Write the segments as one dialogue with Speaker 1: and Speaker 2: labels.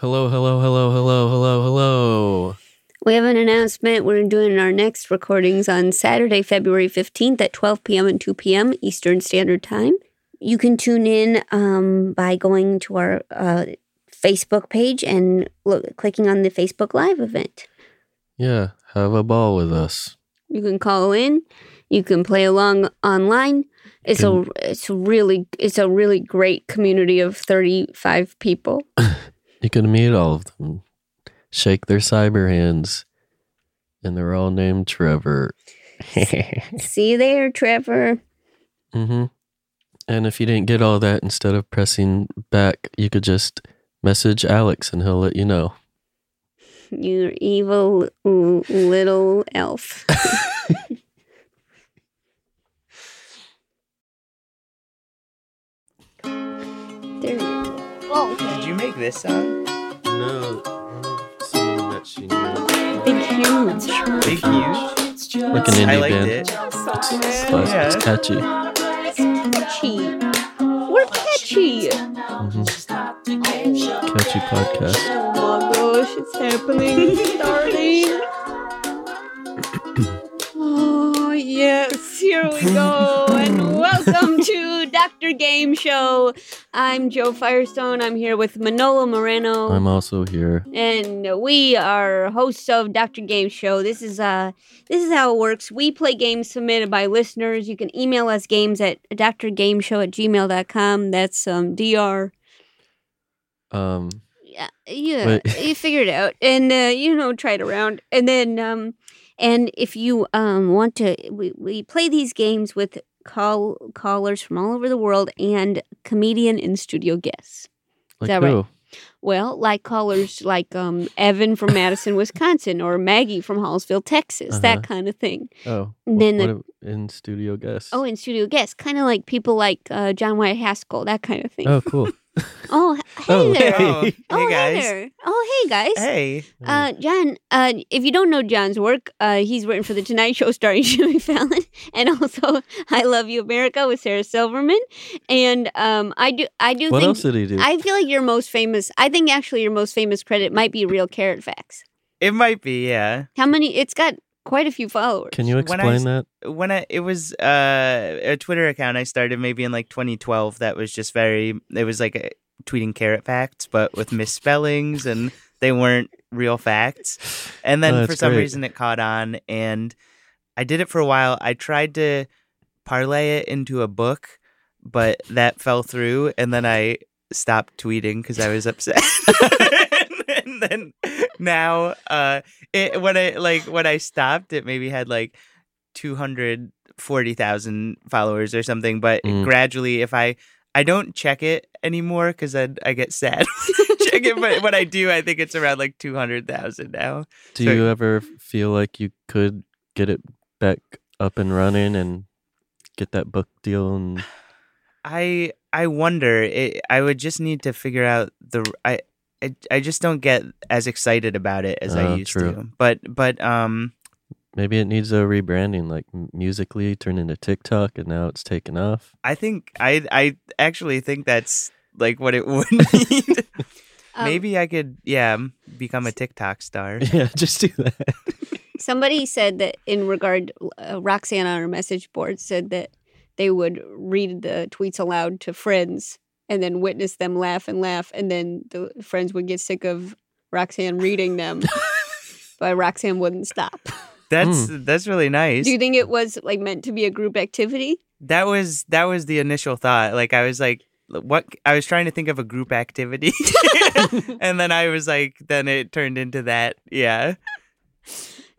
Speaker 1: Hello, hello, hello, hello, hello, hello.
Speaker 2: We have an announcement. We're doing our next recordings on Saturday, February 15th at 12 p.m. and 2 p.m. Eastern Standard Time. You can tune in um, by going to our uh, Facebook page and look, clicking on the Facebook Live event.
Speaker 1: Yeah, have a ball with us.
Speaker 2: You can call in. You can play along online. It's a it's a really it's a really great community of 35 people.
Speaker 1: You can meet all of them, shake their cyber hands, and they're all named Trevor. mm-hmm.
Speaker 2: See you there, Trevor.
Speaker 1: And if you didn't get all that, instead of pressing back, you could just message Alex and he'll let you know.
Speaker 2: You evil l- little elf. there you go.
Speaker 3: Did you make this sound?
Speaker 1: No, someone that she
Speaker 2: Big
Speaker 1: knew.
Speaker 2: hands.
Speaker 3: Big huge.
Speaker 1: Like an indie
Speaker 3: I liked
Speaker 1: band.
Speaker 3: it.
Speaker 1: It's, it's nice, it's
Speaker 3: Yeah.
Speaker 1: catchy.
Speaker 2: Catchy. We're catchy.
Speaker 1: Catchy podcast.
Speaker 2: Oh my gosh, it's happening. Starting. oh, yes. Here we go. And welcome to Dr. Game Show. I'm Joe Firestone. I'm here with Manolo Moreno.
Speaker 1: I'm also here.
Speaker 2: and we are hosts of Dr. Game Show. This is uh this is how it works. We play games submitted by listeners. You can email us games at drgameshow at gmail.com. That's um dr
Speaker 1: Um,
Speaker 2: yeah, uh, yeah,
Speaker 1: Wait.
Speaker 2: you figure it out, and uh, you know, try it around, and then, um, and if you um want to, we, we play these games with call callers from all over the world and comedian and studio guests.
Speaker 1: like
Speaker 2: that right?
Speaker 1: who?
Speaker 2: Well, like callers like um Evan from Madison, Wisconsin, or Maggie from Hallsville, Texas, that
Speaker 1: Uh-huh.
Speaker 2: kind of thing.
Speaker 1: Oh,
Speaker 2: And
Speaker 1: wh-
Speaker 2: then
Speaker 1: what
Speaker 2: the-
Speaker 1: ab- in studio guests.
Speaker 2: Oh, and studio guests, kind of like people like uh, John Wyatt Haskell, that kind of thing.
Speaker 1: oh, cool.
Speaker 2: Oh, h- hey
Speaker 1: Oh,
Speaker 2: there.
Speaker 1: hey.
Speaker 3: Oh, hey
Speaker 2: Oh, hey
Speaker 3: guys.
Speaker 2: there. Oh, hey guys.
Speaker 3: Hey.
Speaker 2: Uh, John, uh, if you don't know John's work, uh, he's written for The Tonight Show starring Jimmy Fallon, and also I Love You America with Sarah Silverman. And um, I do, I do
Speaker 1: what
Speaker 2: think
Speaker 1: else did he do?
Speaker 2: I feel like your most famous. I think actually your most famous credit might be Real Carrot Facts.
Speaker 3: It might be, yeah.
Speaker 2: How many? It's got quite a few followers.
Speaker 1: Can you
Speaker 3: When I
Speaker 1: explain
Speaker 3: s-
Speaker 1: that?
Speaker 3: When I it was uh, a Twitter account I started maybe in like 2012 that was just very it was like a, tweeting carrot facts but with misspellings and they weren't real facts. And then
Speaker 1: Oh,
Speaker 3: for
Speaker 1: that's
Speaker 3: some
Speaker 1: great.
Speaker 3: reason it caught on and I did it for a while. I tried to parlay it into a book, but that fell through and then I stopped tweeting cuz I was upset. and then now uh it when I like when I stopped it maybe had like 240,000 followers or something, but
Speaker 1: Mm.
Speaker 3: gradually if I I don't check it anymore cuz I I get sad. check it, but when I do, I think it's around like two hundred thousand now.
Speaker 1: Do
Speaker 3: Sorry.
Speaker 1: you ever feel like you could get it back up and running and get that book deal? And
Speaker 3: I I wonder. It, I would just need to figure out the I. I, I just don't get as excited about it as I
Speaker 1: Oh,
Speaker 3: used
Speaker 1: true.
Speaker 3: to. But but um
Speaker 1: maybe it needs a rebranding, like m- musically turned into TikTok, and now it's taken off.
Speaker 3: I think I I actually think that's like what it would need.
Speaker 2: Um,
Speaker 3: Maybe I could yeah become a TikTok star.
Speaker 1: Yeah, just do that.
Speaker 2: Somebody said that in regard, uh, Roxanne on her message board said that they would read the tweets aloud to friends and then witness them laugh and laugh, and then the friends would get sick of Roxanne reading them, but Roxanne wouldn't stop.
Speaker 3: That's
Speaker 1: Hmm.
Speaker 3: that's really nice.
Speaker 2: Do you think it was like meant to be a group activity?
Speaker 3: That was that was the initial thought. Like I was like, what? I was trying to think of a group activity, and then I was like, then it turned into that. Yeah.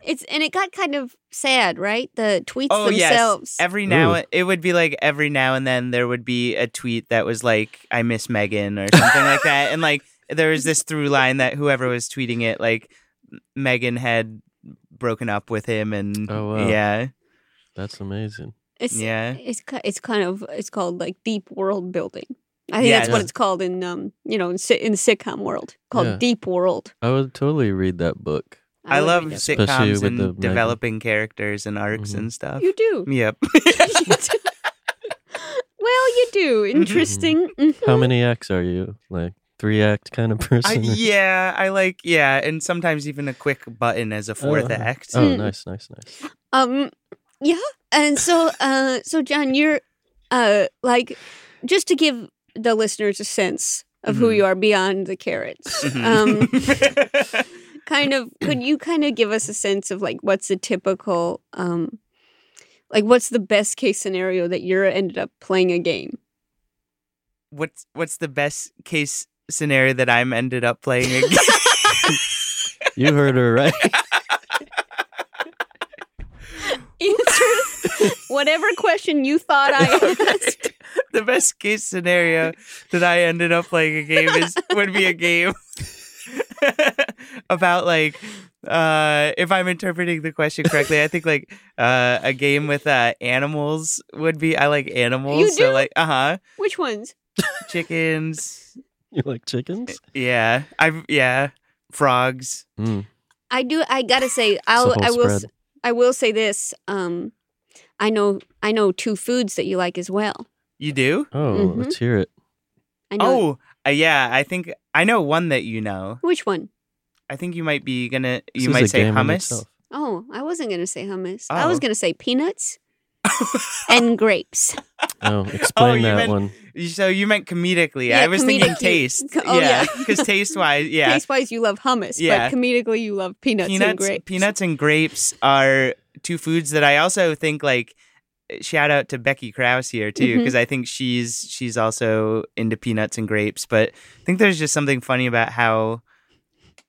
Speaker 2: It's and it got kind of sad, right? The tweets
Speaker 3: Oh
Speaker 2: themselves.
Speaker 3: yes. Every now
Speaker 1: Ooh.
Speaker 3: and it would be like every now and then there would be a tweet that was like, I miss Megan or something like that, and like there was this through line that whoever was tweeting it, like Megan had broken up with him, and
Speaker 1: Oh, wow.
Speaker 3: yeah,
Speaker 1: That's amazing.
Speaker 2: it's,
Speaker 3: yeah.
Speaker 2: It's ki- it's kind of it's called like deep world building. I think that's what
Speaker 3: Yes.
Speaker 2: it's called in um you know in, si- in the sitcom world called
Speaker 1: Yeah.
Speaker 2: deep world.
Speaker 1: I would totally read that book.
Speaker 3: I,
Speaker 2: would
Speaker 3: love
Speaker 2: read it.
Speaker 1: Especially
Speaker 3: sitcoms
Speaker 1: with
Speaker 3: and
Speaker 1: the Megan.
Speaker 3: developing characters and arcs
Speaker 1: Mhm.
Speaker 3: and stuff.
Speaker 2: You do.
Speaker 3: Yep.
Speaker 2: well, you do. Interesting. Mhm.
Speaker 1: How many acts are you? Like three act kind of
Speaker 3: I,
Speaker 1: person?
Speaker 3: yeah, I like yeah, and sometimes even a quick button as a fourth
Speaker 1: Oh.
Speaker 3: act.
Speaker 1: Oh,
Speaker 2: Mm.
Speaker 1: nice, nice, nice.
Speaker 2: Um, yeah. And so, uh, so John, you're, uh, like, just to give the listeners a sense of who
Speaker 3: Mhm.
Speaker 2: you are beyond the carrots, um,
Speaker 3: Mhm.
Speaker 2: kind of, could you kind of give us a sense of like what's the typical, um, like what's the best case scenario that you're ended up playing a game?
Speaker 3: what's what's the best case scenario that I'm ended up playing? Again?
Speaker 1: You heard her right.
Speaker 2: Answer whatever question you thought I asked.
Speaker 3: the best case scenario that I ended up playing a game is would be a game about like uh if I'm interpreting the question correctly, I think like uh a game with uh animals would be I like animals.
Speaker 2: You
Speaker 3: So
Speaker 2: do?
Speaker 3: like uh-huh.
Speaker 2: Which ones?
Speaker 3: Chickens.
Speaker 1: You like chickens?
Speaker 3: Yeah. I've yeah. Frogs.
Speaker 1: Mm.
Speaker 2: I do. I gotta say, I'll.
Speaker 1: whole
Speaker 2: I will. s-
Speaker 1: spread.
Speaker 2: I will say this. Um, I know. I know two foods that you like as well.
Speaker 3: You do?
Speaker 1: Oh,
Speaker 2: Mhm.
Speaker 1: let's hear it.
Speaker 2: I know.
Speaker 3: Oh, uh, yeah. I think I know one that you know.
Speaker 2: Which one?
Speaker 3: I think you might be gonna.
Speaker 1: This
Speaker 3: You
Speaker 1: is a
Speaker 3: might say
Speaker 1: game in
Speaker 3: hummus.
Speaker 1: itself.
Speaker 2: Oh, I wasn't gonna say hummus. I was
Speaker 3: Oh.
Speaker 2: gonna say peanuts and grapes.
Speaker 1: Oh, explain
Speaker 3: you
Speaker 1: that
Speaker 3: meant-
Speaker 1: one.
Speaker 3: You- So you meant comedically.
Speaker 2: Yeah,
Speaker 3: I was thinking
Speaker 2: comedically.
Speaker 3: taste.
Speaker 2: Oh, yeah.
Speaker 3: because taste wise, yeah,
Speaker 2: Taste wise, you love hummus,
Speaker 3: Yeah.
Speaker 2: but comedically, you love peanuts, and
Speaker 3: peanuts,
Speaker 2: grapes.
Speaker 3: peanuts and grapes are two foods that I also think like. Shout out to Becky Krause here too,
Speaker 2: Mhm.
Speaker 3: because I think she's she's also into peanuts and grapes. But I think there's just something funny about how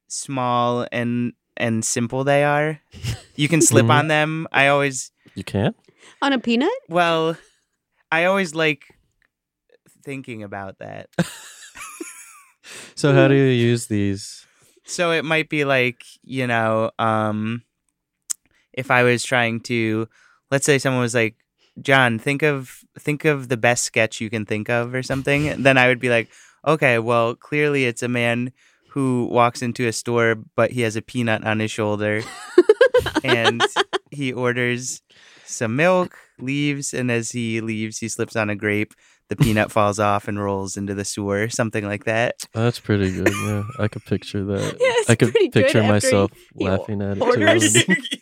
Speaker 3: small and and simple they are. You can slip
Speaker 1: Mhm.
Speaker 3: on them. I always
Speaker 1: You can't?
Speaker 2: on a peanut.
Speaker 3: Well, I always like thinking about that.
Speaker 1: So, how do you use these?
Speaker 3: So it might be like, you know, um if I was trying to let's say someone was like, "John, think of think of the best sketch you can think of or something." Then I would be like, "Okay, well, clearly it's a man who walks into a store but he has a peanut on his shoulder and he orders some milk, leaves, and as he leaves, he slips on a grape. The peanut falls off and rolls into the sewer, something like that.
Speaker 1: Oh, that's pretty good. Yeah, I could picture that.
Speaker 2: Yeah, it's
Speaker 1: I could
Speaker 2: pretty good
Speaker 1: picture
Speaker 2: after he-
Speaker 1: myself
Speaker 2: he
Speaker 1: laughing at it. too.
Speaker 2: orders.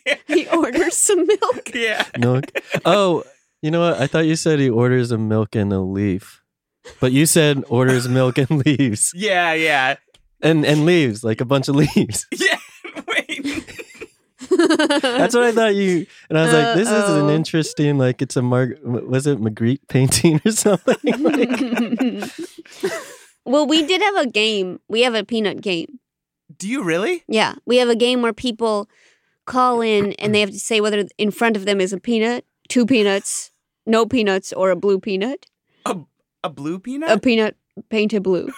Speaker 3: yeah.
Speaker 2: He orders some milk.
Speaker 3: yeah.
Speaker 1: milk. Oh, you know what? I thought you said he orders a milk and a leaf, but you said orders milk and leaves
Speaker 3: Yeah, yeah.
Speaker 1: and and leaves like a bunch of leaves.
Speaker 3: Yeah. Wait.
Speaker 1: That's what I thought you. And I was like, this is an
Speaker 2: Uh-oh.
Speaker 1: interesting like it's a Mar- was it Magritte painting or something? Like,
Speaker 2: well, we did have a game. We have a peanut game.
Speaker 3: Do you really?
Speaker 2: Yeah, we have a game where people call in and they have to say whether in front of them is a peanut, two peanuts, no peanuts, or a blue peanut,
Speaker 3: A blue peanut?
Speaker 2: a peanut painted blue,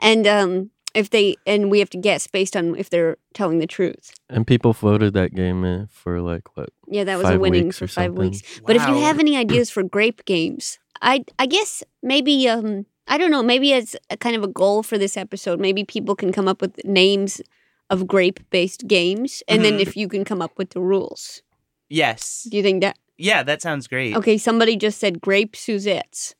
Speaker 2: and um, if they and we have to guess based on if they're telling the truth.
Speaker 1: and people voted that game in for like what?
Speaker 2: Yeah, that was a
Speaker 1: Five
Speaker 2: winning
Speaker 1: weeks
Speaker 2: for
Speaker 1: or
Speaker 2: five
Speaker 1: something.
Speaker 2: weeks. But if you
Speaker 3: Wow.
Speaker 2: have any ideas for grape games, I I guess maybe um I don't know maybe it's a kind of a goal for this episode. Maybe people can come up with names of grape based games, and then
Speaker 3: Mhm.
Speaker 2: if you can come up with the rules,
Speaker 3: Yes.
Speaker 2: do you think that?
Speaker 3: Yeah, that sounds great.
Speaker 2: Okay, somebody just said grape Suzettes.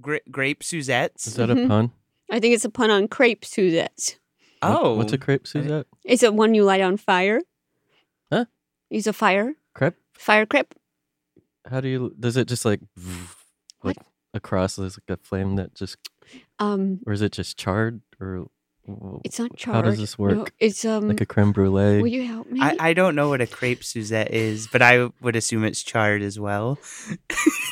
Speaker 3: Gra- grape
Speaker 1: Is
Speaker 3: Suzette's.
Speaker 1: that a
Speaker 2: Mhm.
Speaker 1: pun?
Speaker 2: I think it's a pun on crepe Suzettes.
Speaker 1: What-
Speaker 3: Oh.
Speaker 1: what's a crepe Suzette?
Speaker 2: Is it one you light on fire?
Speaker 1: Huh?
Speaker 2: Use a fire
Speaker 1: Crepe?
Speaker 2: fire crepe.
Speaker 1: How do you? Does it just like like across? There's like a flame that just,
Speaker 2: Um,
Speaker 1: or is it just charred or?
Speaker 2: it's not charred.
Speaker 1: How does this
Speaker 2: No,
Speaker 1: work?
Speaker 2: it's um.
Speaker 1: Like a creme brulee.
Speaker 2: will you help me?
Speaker 3: I, I don't know what a crepe Suzette is, but I would assume it's charred as well.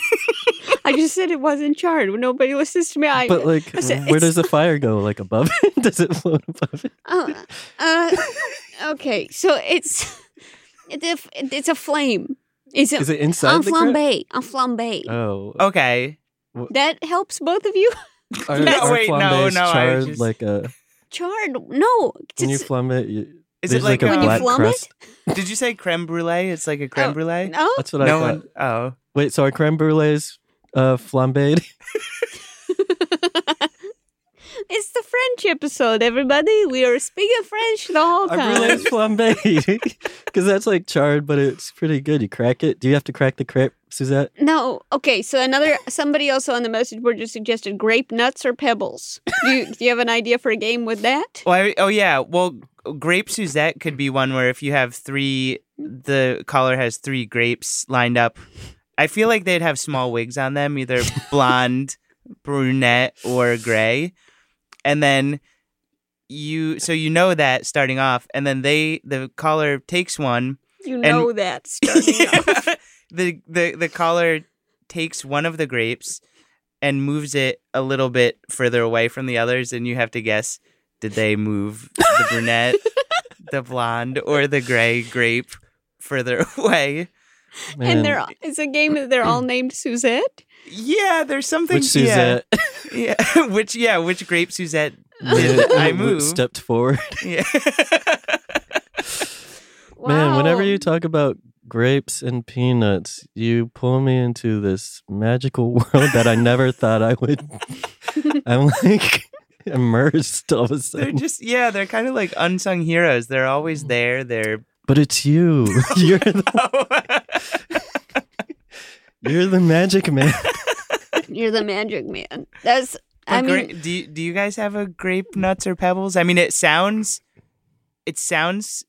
Speaker 2: I just said it wasn't charred. Nobody listens to me. I,
Speaker 1: But like,
Speaker 2: I said,
Speaker 1: where
Speaker 2: it's-
Speaker 1: does the fire go? Like above it? Does it float above it?
Speaker 2: uh, uh, okay, so it's it's a, it's a flame. It's a,
Speaker 1: Is it
Speaker 2: en
Speaker 1: inside the crab?
Speaker 2: flambe. En flambe.
Speaker 1: Oh,
Speaker 3: Okay.
Speaker 2: that helps both of you.
Speaker 1: are,
Speaker 3: No,
Speaker 1: are
Speaker 3: wait, no,
Speaker 1: flambés
Speaker 3: no, I was
Speaker 1: charred
Speaker 3: just-
Speaker 1: like a
Speaker 2: Charred? No.
Speaker 1: when you
Speaker 2: just-
Speaker 1: flambe it? You,
Speaker 3: Is
Speaker 1: there's
Speaker 3: it like,
Speaker 1: a
Speaker 2: Oh, When
Speaker 3: a
Speaker 2: you
Speaker 1: black
Speaker 2: flum it?
Speaker 1: crust?
Speaker 3: Did you say creme brulee? It's like a creme
Speaker 2: Oh,
Speaker 3: brulee?
Speaker 2: no.
Speaker 1: That's what I
Speaker 3: No
Speaker 1: thought.
Speaker 3: one. Oh.
Speaker 1: Wait, so are creme brulees uh, flambéed?
Speaker 2: It's the French episode, everybody. We are speaking French the whole
Speaker 1: I
Speaker 2: time.
Speaker 1: realized flambe because that's like charred, but it's pretty good. You crack it. Do you have to crack the crepe, Suzette?
Speaker 2: No. Okay. So another somebody also on the message board just suggested grape nuts or pebbles. Do you, do you have an idea for a game with that?
Speaker 3: Well, I- oh yeah. Well, grape Suzette could be one where if you have three, the caller has three grapes lined up. I feel like they'd have small wigs on them, either blonde, brunette, or gray, and then you. So you know that starting off, and then they the caller takes one.
Speaker 2: You know that starting off.
Speaker 3: the the the caller takes one of the grapes and moves it a little bit further away from the others, and you have to guess: did they move the brunette, the blonde, or the gray grape further away?
Speaker 1: Man,
Speaker 2: And they're all- it's a game that they're all named Suzette.
Speaker 3: Yeah, there's something.
Speaker 1: which Suzette
Speaker 3: Yeah, yeah. which yeah, which grape Suzette did I move?
Speaker 1: stepped forward.
Speaker 3: Yeah.
Speaker 1: Man, whenever
Speaker 2: Wow.
Speaker 1: you talk about grapes and peanuts, you pull me into this magical world that I never thought I would. I'm like immersed all of a
Speaker 3: they're
Speaker 1: sudden.
Speaker 3: just yeah, they're kind of like unsung heroes. They're always there. They're
Speaker 1: But it's you.
Speaker 3: Oh,
Speaker 1: You're the, you're the magic man.
Speaker 2: You're the magic man. That's I
Speaker 3: But gra-
Speaker 2: mean
Speaker 3: do you, do you guys have a grape nuts or pebbles? I mean, it sounds, it sounds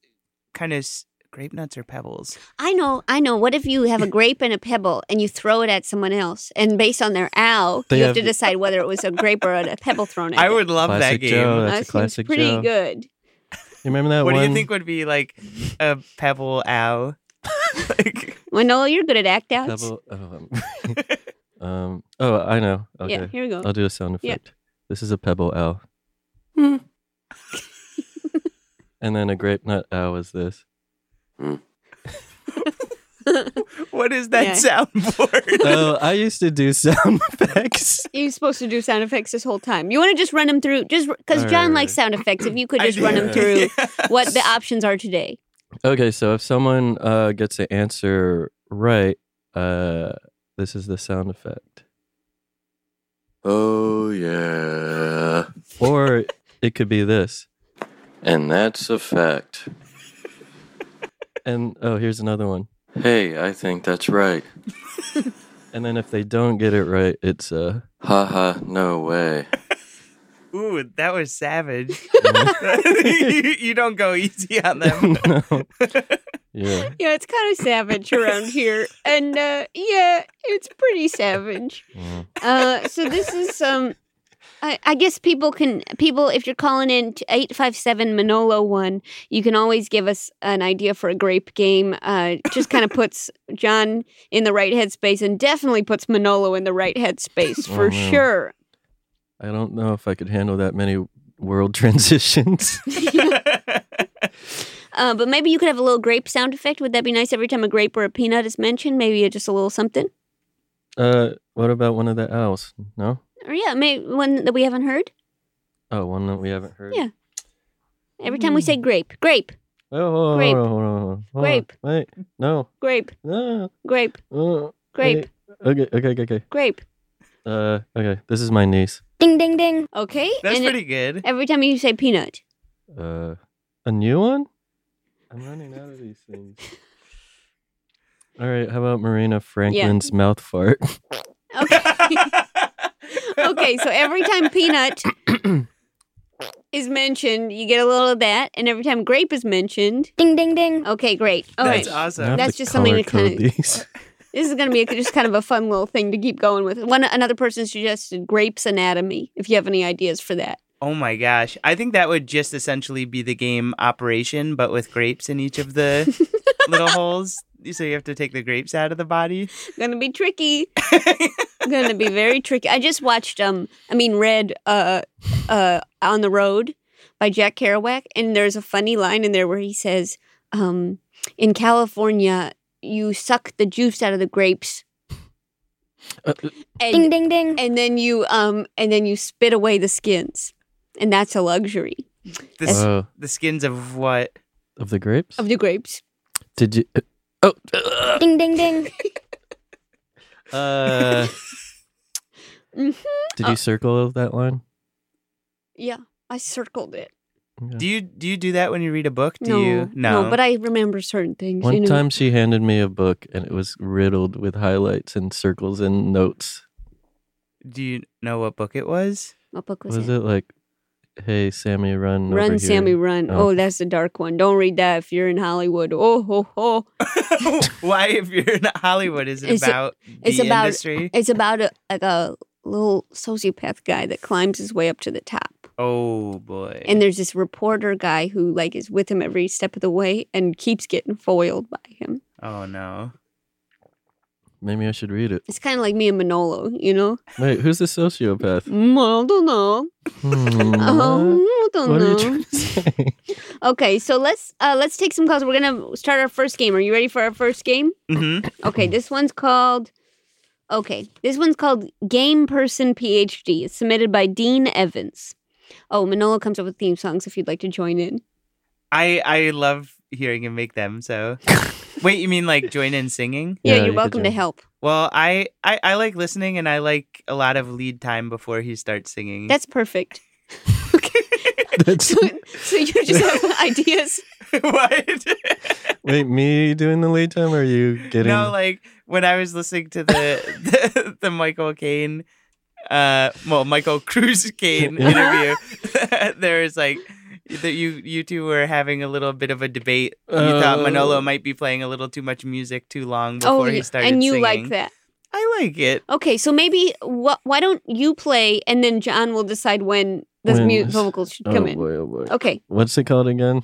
Speaker 3: kind of s- grape nuts or pebbles.
Speaker 2: I know, I know. What if you have a grape and a pebble and you throw it at someone else and based on their ow,
Speaker 1: They
Speaker 2: you have, to
Speaker 1: have-
Speaker 2: decide whether it was a grape or a pebble thrown at
Speaker 3: I
Speaker 2: them.
Speaker 3: would love that
Speaker 1: Classic
Speaker 3: game.
Speaker 1: Joe. Oh, That's a
Speaker 2: That seems
Speaker 1: classic
Speaker 2: pretty
Speaker 1: joke.
Speaker 2: good.
Speaker 1: You remember that
Speaker 3: What
Speaker 1: one?
Speaker 3: do you think would be like a pebble ow? like,
Speaker 2: Well, no, you're good at act outs.
Speaker 1: Pebble- oh, um, um, oh, I know. Okay.
Speaker 2: Yeah, here we go.
Speaker 1: I'll do a sound
Speaker 2: Yeah.
Speaker 1: effect. This is a pebble owl.
Speaker 2: Hmm.
Speaker 1: and then a grape nut owl is this.
Speaker 4: Hmm.
Speaker 3: what is that
Speaker 2: Yeah.
Speaker 3: soundboard?
Speaker 1: So Oh, I used to do sound effects.
Speaker 2: You're supposed to do sound effects this whole time. You want to just run them through, just because John
Speaker 1: Alright.
Speaker 2: likes sound effects. If you could
Speaker 3: I
Speaker 2: just run
Speaker 3: do.
Speaker 2: them through
Speaker 3: Yeah.
Speaker 2: what the options are today.
Speaker 1: Okay, so if someone uh, gets the answer right, uh, this is the sound effect.
Speaker 4: Oh, yeah.
Speaker 1: Or it could be this.
Speaker 4: And that's a fact.
Speaker 1: And oh, here's another one.
Speaker 4: Hey, I think that's right.
Speaker 1: And then if they don't get it right, it's uh
Speaker 4: Haha, no way.
Speaker 3: Ooh, that was savage. you, you don't go easy on them.
Speaker 1: no. Yeah.
Speaker 2: Yeah, it's kind of savage around here, and uh, yeah, it's pretty savage.
Speaker 1: yeah.
Speaker 3: Mm.
Speaker 2: Uh, so this is um, I, I guess people can people if you're calling in to eight five seven Manolo one, you can always give us an idea for a grape game. Uh, just kind of puts John in the right headspace, and definitely puts Manolo in the right headspace for
Speaker 1: Oh, man.
Speaker 2: sure.
Speaker 1: I don't know if I could handle that many world transitions.
Speaker 2: Uh, but maybe you could have a little grape sound effect. Would that be nice every time a grape or a peanut is mentioned? Maybe just a little something.
Speaker 1: uh, what about one of the owls? No.
Speaker 2: Or yeah, maybe one that we haven't heard.
Speaker 1: Oh, one that we haven't heard.
Speaker 2: Yeah. Every time we
Speaker 1: Hmm.
Speaker 2: say grape, grape,
Speaker 1: Wait, hold on,
Speaker 2: Grape.
Speaker 1: hold on, hold on, hold on, hold on.
Speaker 2: Grape.
Speaker 1: Wait. No.
Speaker 2: grape,
Speaker 1: No.
Speaker 2: grape,
Speaker 1: Ah. Uh,
Speaker 2: grape,
Speaker 1: Okay. Okay. Okay. Okay.
Speaker 2: grape.
Speaker 1: Uh, okay. This is my niece.
Speaker 5: Ding ding ding.
Speaker 2: Okay.
Speaker 3: That's
Speaker 2: and
Speaker 3: pretty good.
Speaker 2: every time you say peanut,
Speaker 1: Uh, a new one. I'm running out of these things. All right. How about Marina Franklin's mouth fart?
Speaker 2: okay. So every time peanut is mentioned, you get a little of that, and every time grape is mentioned,
Speaker 5: Ding ding ding.
Speaker 2: okay, great. All right.
Speaker 3: That's
Speaker 1: I have
Speaker 3: awesome.
Speaker 1: to
Speaker 2: That's just something
Speaker 1: color
Speaker 2: to kinda-
Speaker 1: code these.
Speaker 2: This is going to be just kind of a fun little thing to keep going with. One another person suggested grapes anatomy. If you have any ideas for that,
Speaker 3: Oh my gosh. I think that would just essentially be the game Operation, but with grapes in each of the little holes. So you have to take the grapes out of the body.
Speaker 2: going to be tricky. going to be very tricky. I just watched um I mean read uh uh on the road by Jack Kerouac and there's a funny line in there where he says um in California you suck the juice out of the grapes
Speaker 1: Uh,
Speaker 5: Ding
Speaker 2: and
Speaker 5: ding ding.
Speaker 2: and then you um and then you spit away the skins and that's a luxury
Speaker 3: The, s-
Speaker 1: uh,
Speaker 3: the skins of what?
Speaker 1: of the grapes?
Speaker 2: of the grapes.
Speaker 1: Did you? oh.
Speaker 5: Ding ding ding.
Speaker 1: Uh,
Speaker 2: Mhm. Uh,
Speaker 1: did you circle that line?
Speaker 2: Mm-hmm. Yeah, I circled it.
Speaker 1: Yeah.
Speaker 3: Do you do you do that when you read a book? Do
Speaker 2: no,
Speaker 3: you?
Speaker 2: no, but I remember certain things. you
Speaker 1: One
Speaker 2: know.
Speaker 1: time she handed me a book and it was riddled with highlights and circles and notes.
Speaker 3: do you know what book it was?
Speaker 2: what book was,
Speaker 1: Was, it? like, hey, Sammy, run? over
Speaker 2: Run,
Speaker 1: here."
Speaker 2: Sammy, run!
Speaker 1: Oh.
Speaker 2: Oh. that's the dark one. Don't read that if you're in Hollywood. Oh ho ho!
Speaker 3: Why, if you're in Hollywood, is it
Speaker 2: It's-
Speaker 3: about
Speaker 2: it's
Speaker 3: the
Speaker 2: about-
Speaker 3: industry?
Speaker 2: It's about a, like a little sociopath guy that climbs his way up to the top,
Speaker 3: Oh boy!
Speaker 2: and there's this reporter guy who like is with him every step of the way and keeps getting foiled by him.
Speaker 3: oh no!
Speaker 1: Maybe I should read it.
Speaker 2: It's kind of like me and Manolo, you know.
Speaker 1: Wait, who's the sociopath?
Speaker 2: Mm, I don't know.
Speaker 1: Hmm,
Speaker 2: Um, I don't
Speaker 1: What are you
Speaker 2: know.
Speaker 1: trying to say?
Speaker 2: Okay, so let's uh, let's take some calls. We're gonna start our first game. Are you ready for our first game?
Speaker 3: hmm
Speaker 2: Okay, this one's called. Okay, this one's called Game Person PhD. It's submitted by Dean Evans. Oh, Manolo comes up with theme songs if you'd like to join in.
Speaker 3: I I love hearing him make them. So, wait, you mean like join in singing?
Speaker 2: Yeah,
Speaker 1: Yeah, you
Speaker 2: you're
Speaker 1: could
Speaker 2: welcome to
Speaker 1: join.
Speaker 2: help.
Speaker 3: Well, I, I I like listening, and I like a lot of lead time before he starts singing.
Speaker 2: That's perfect.
Speaker 1: That's,
Speaker 2: So, so you just have ideas.
Speaker 3: what?
Speaker 1: wait, me doing the lead time or are you getting.
Speaker 3: No, like when I was listening to the the, the Michael Caine, uh, well, Michael Cruz Caine
Speaker 1: Yeah.
Speaker 3: interview, there was like that you you two were having a little bit of a debate. You thought
Speaker 1: Oh.
Speaker 3: Manolo might be playing a little too much music too long before
Speaker 2: Oh,
Speaker 3: he
Speaker 2: yeah,
Speaker 3: started.
Speaker 2: and you like
Speaker 3: singing.
Speaker 2: that.
Speaker 3: I like it.
Speaker 2: Okay, so maybe wh- why don't you play and then John will decide when the
Speaker 1: When
Speaker 2: mu-
Speaker 1: is-
Speaker 2: vocals should
Speaker 1: oh,
Speaker 2: come in.
Speaker 1: boy, oh, boy.
Speaker 2: Okay,
Speaker 1: What's it called again?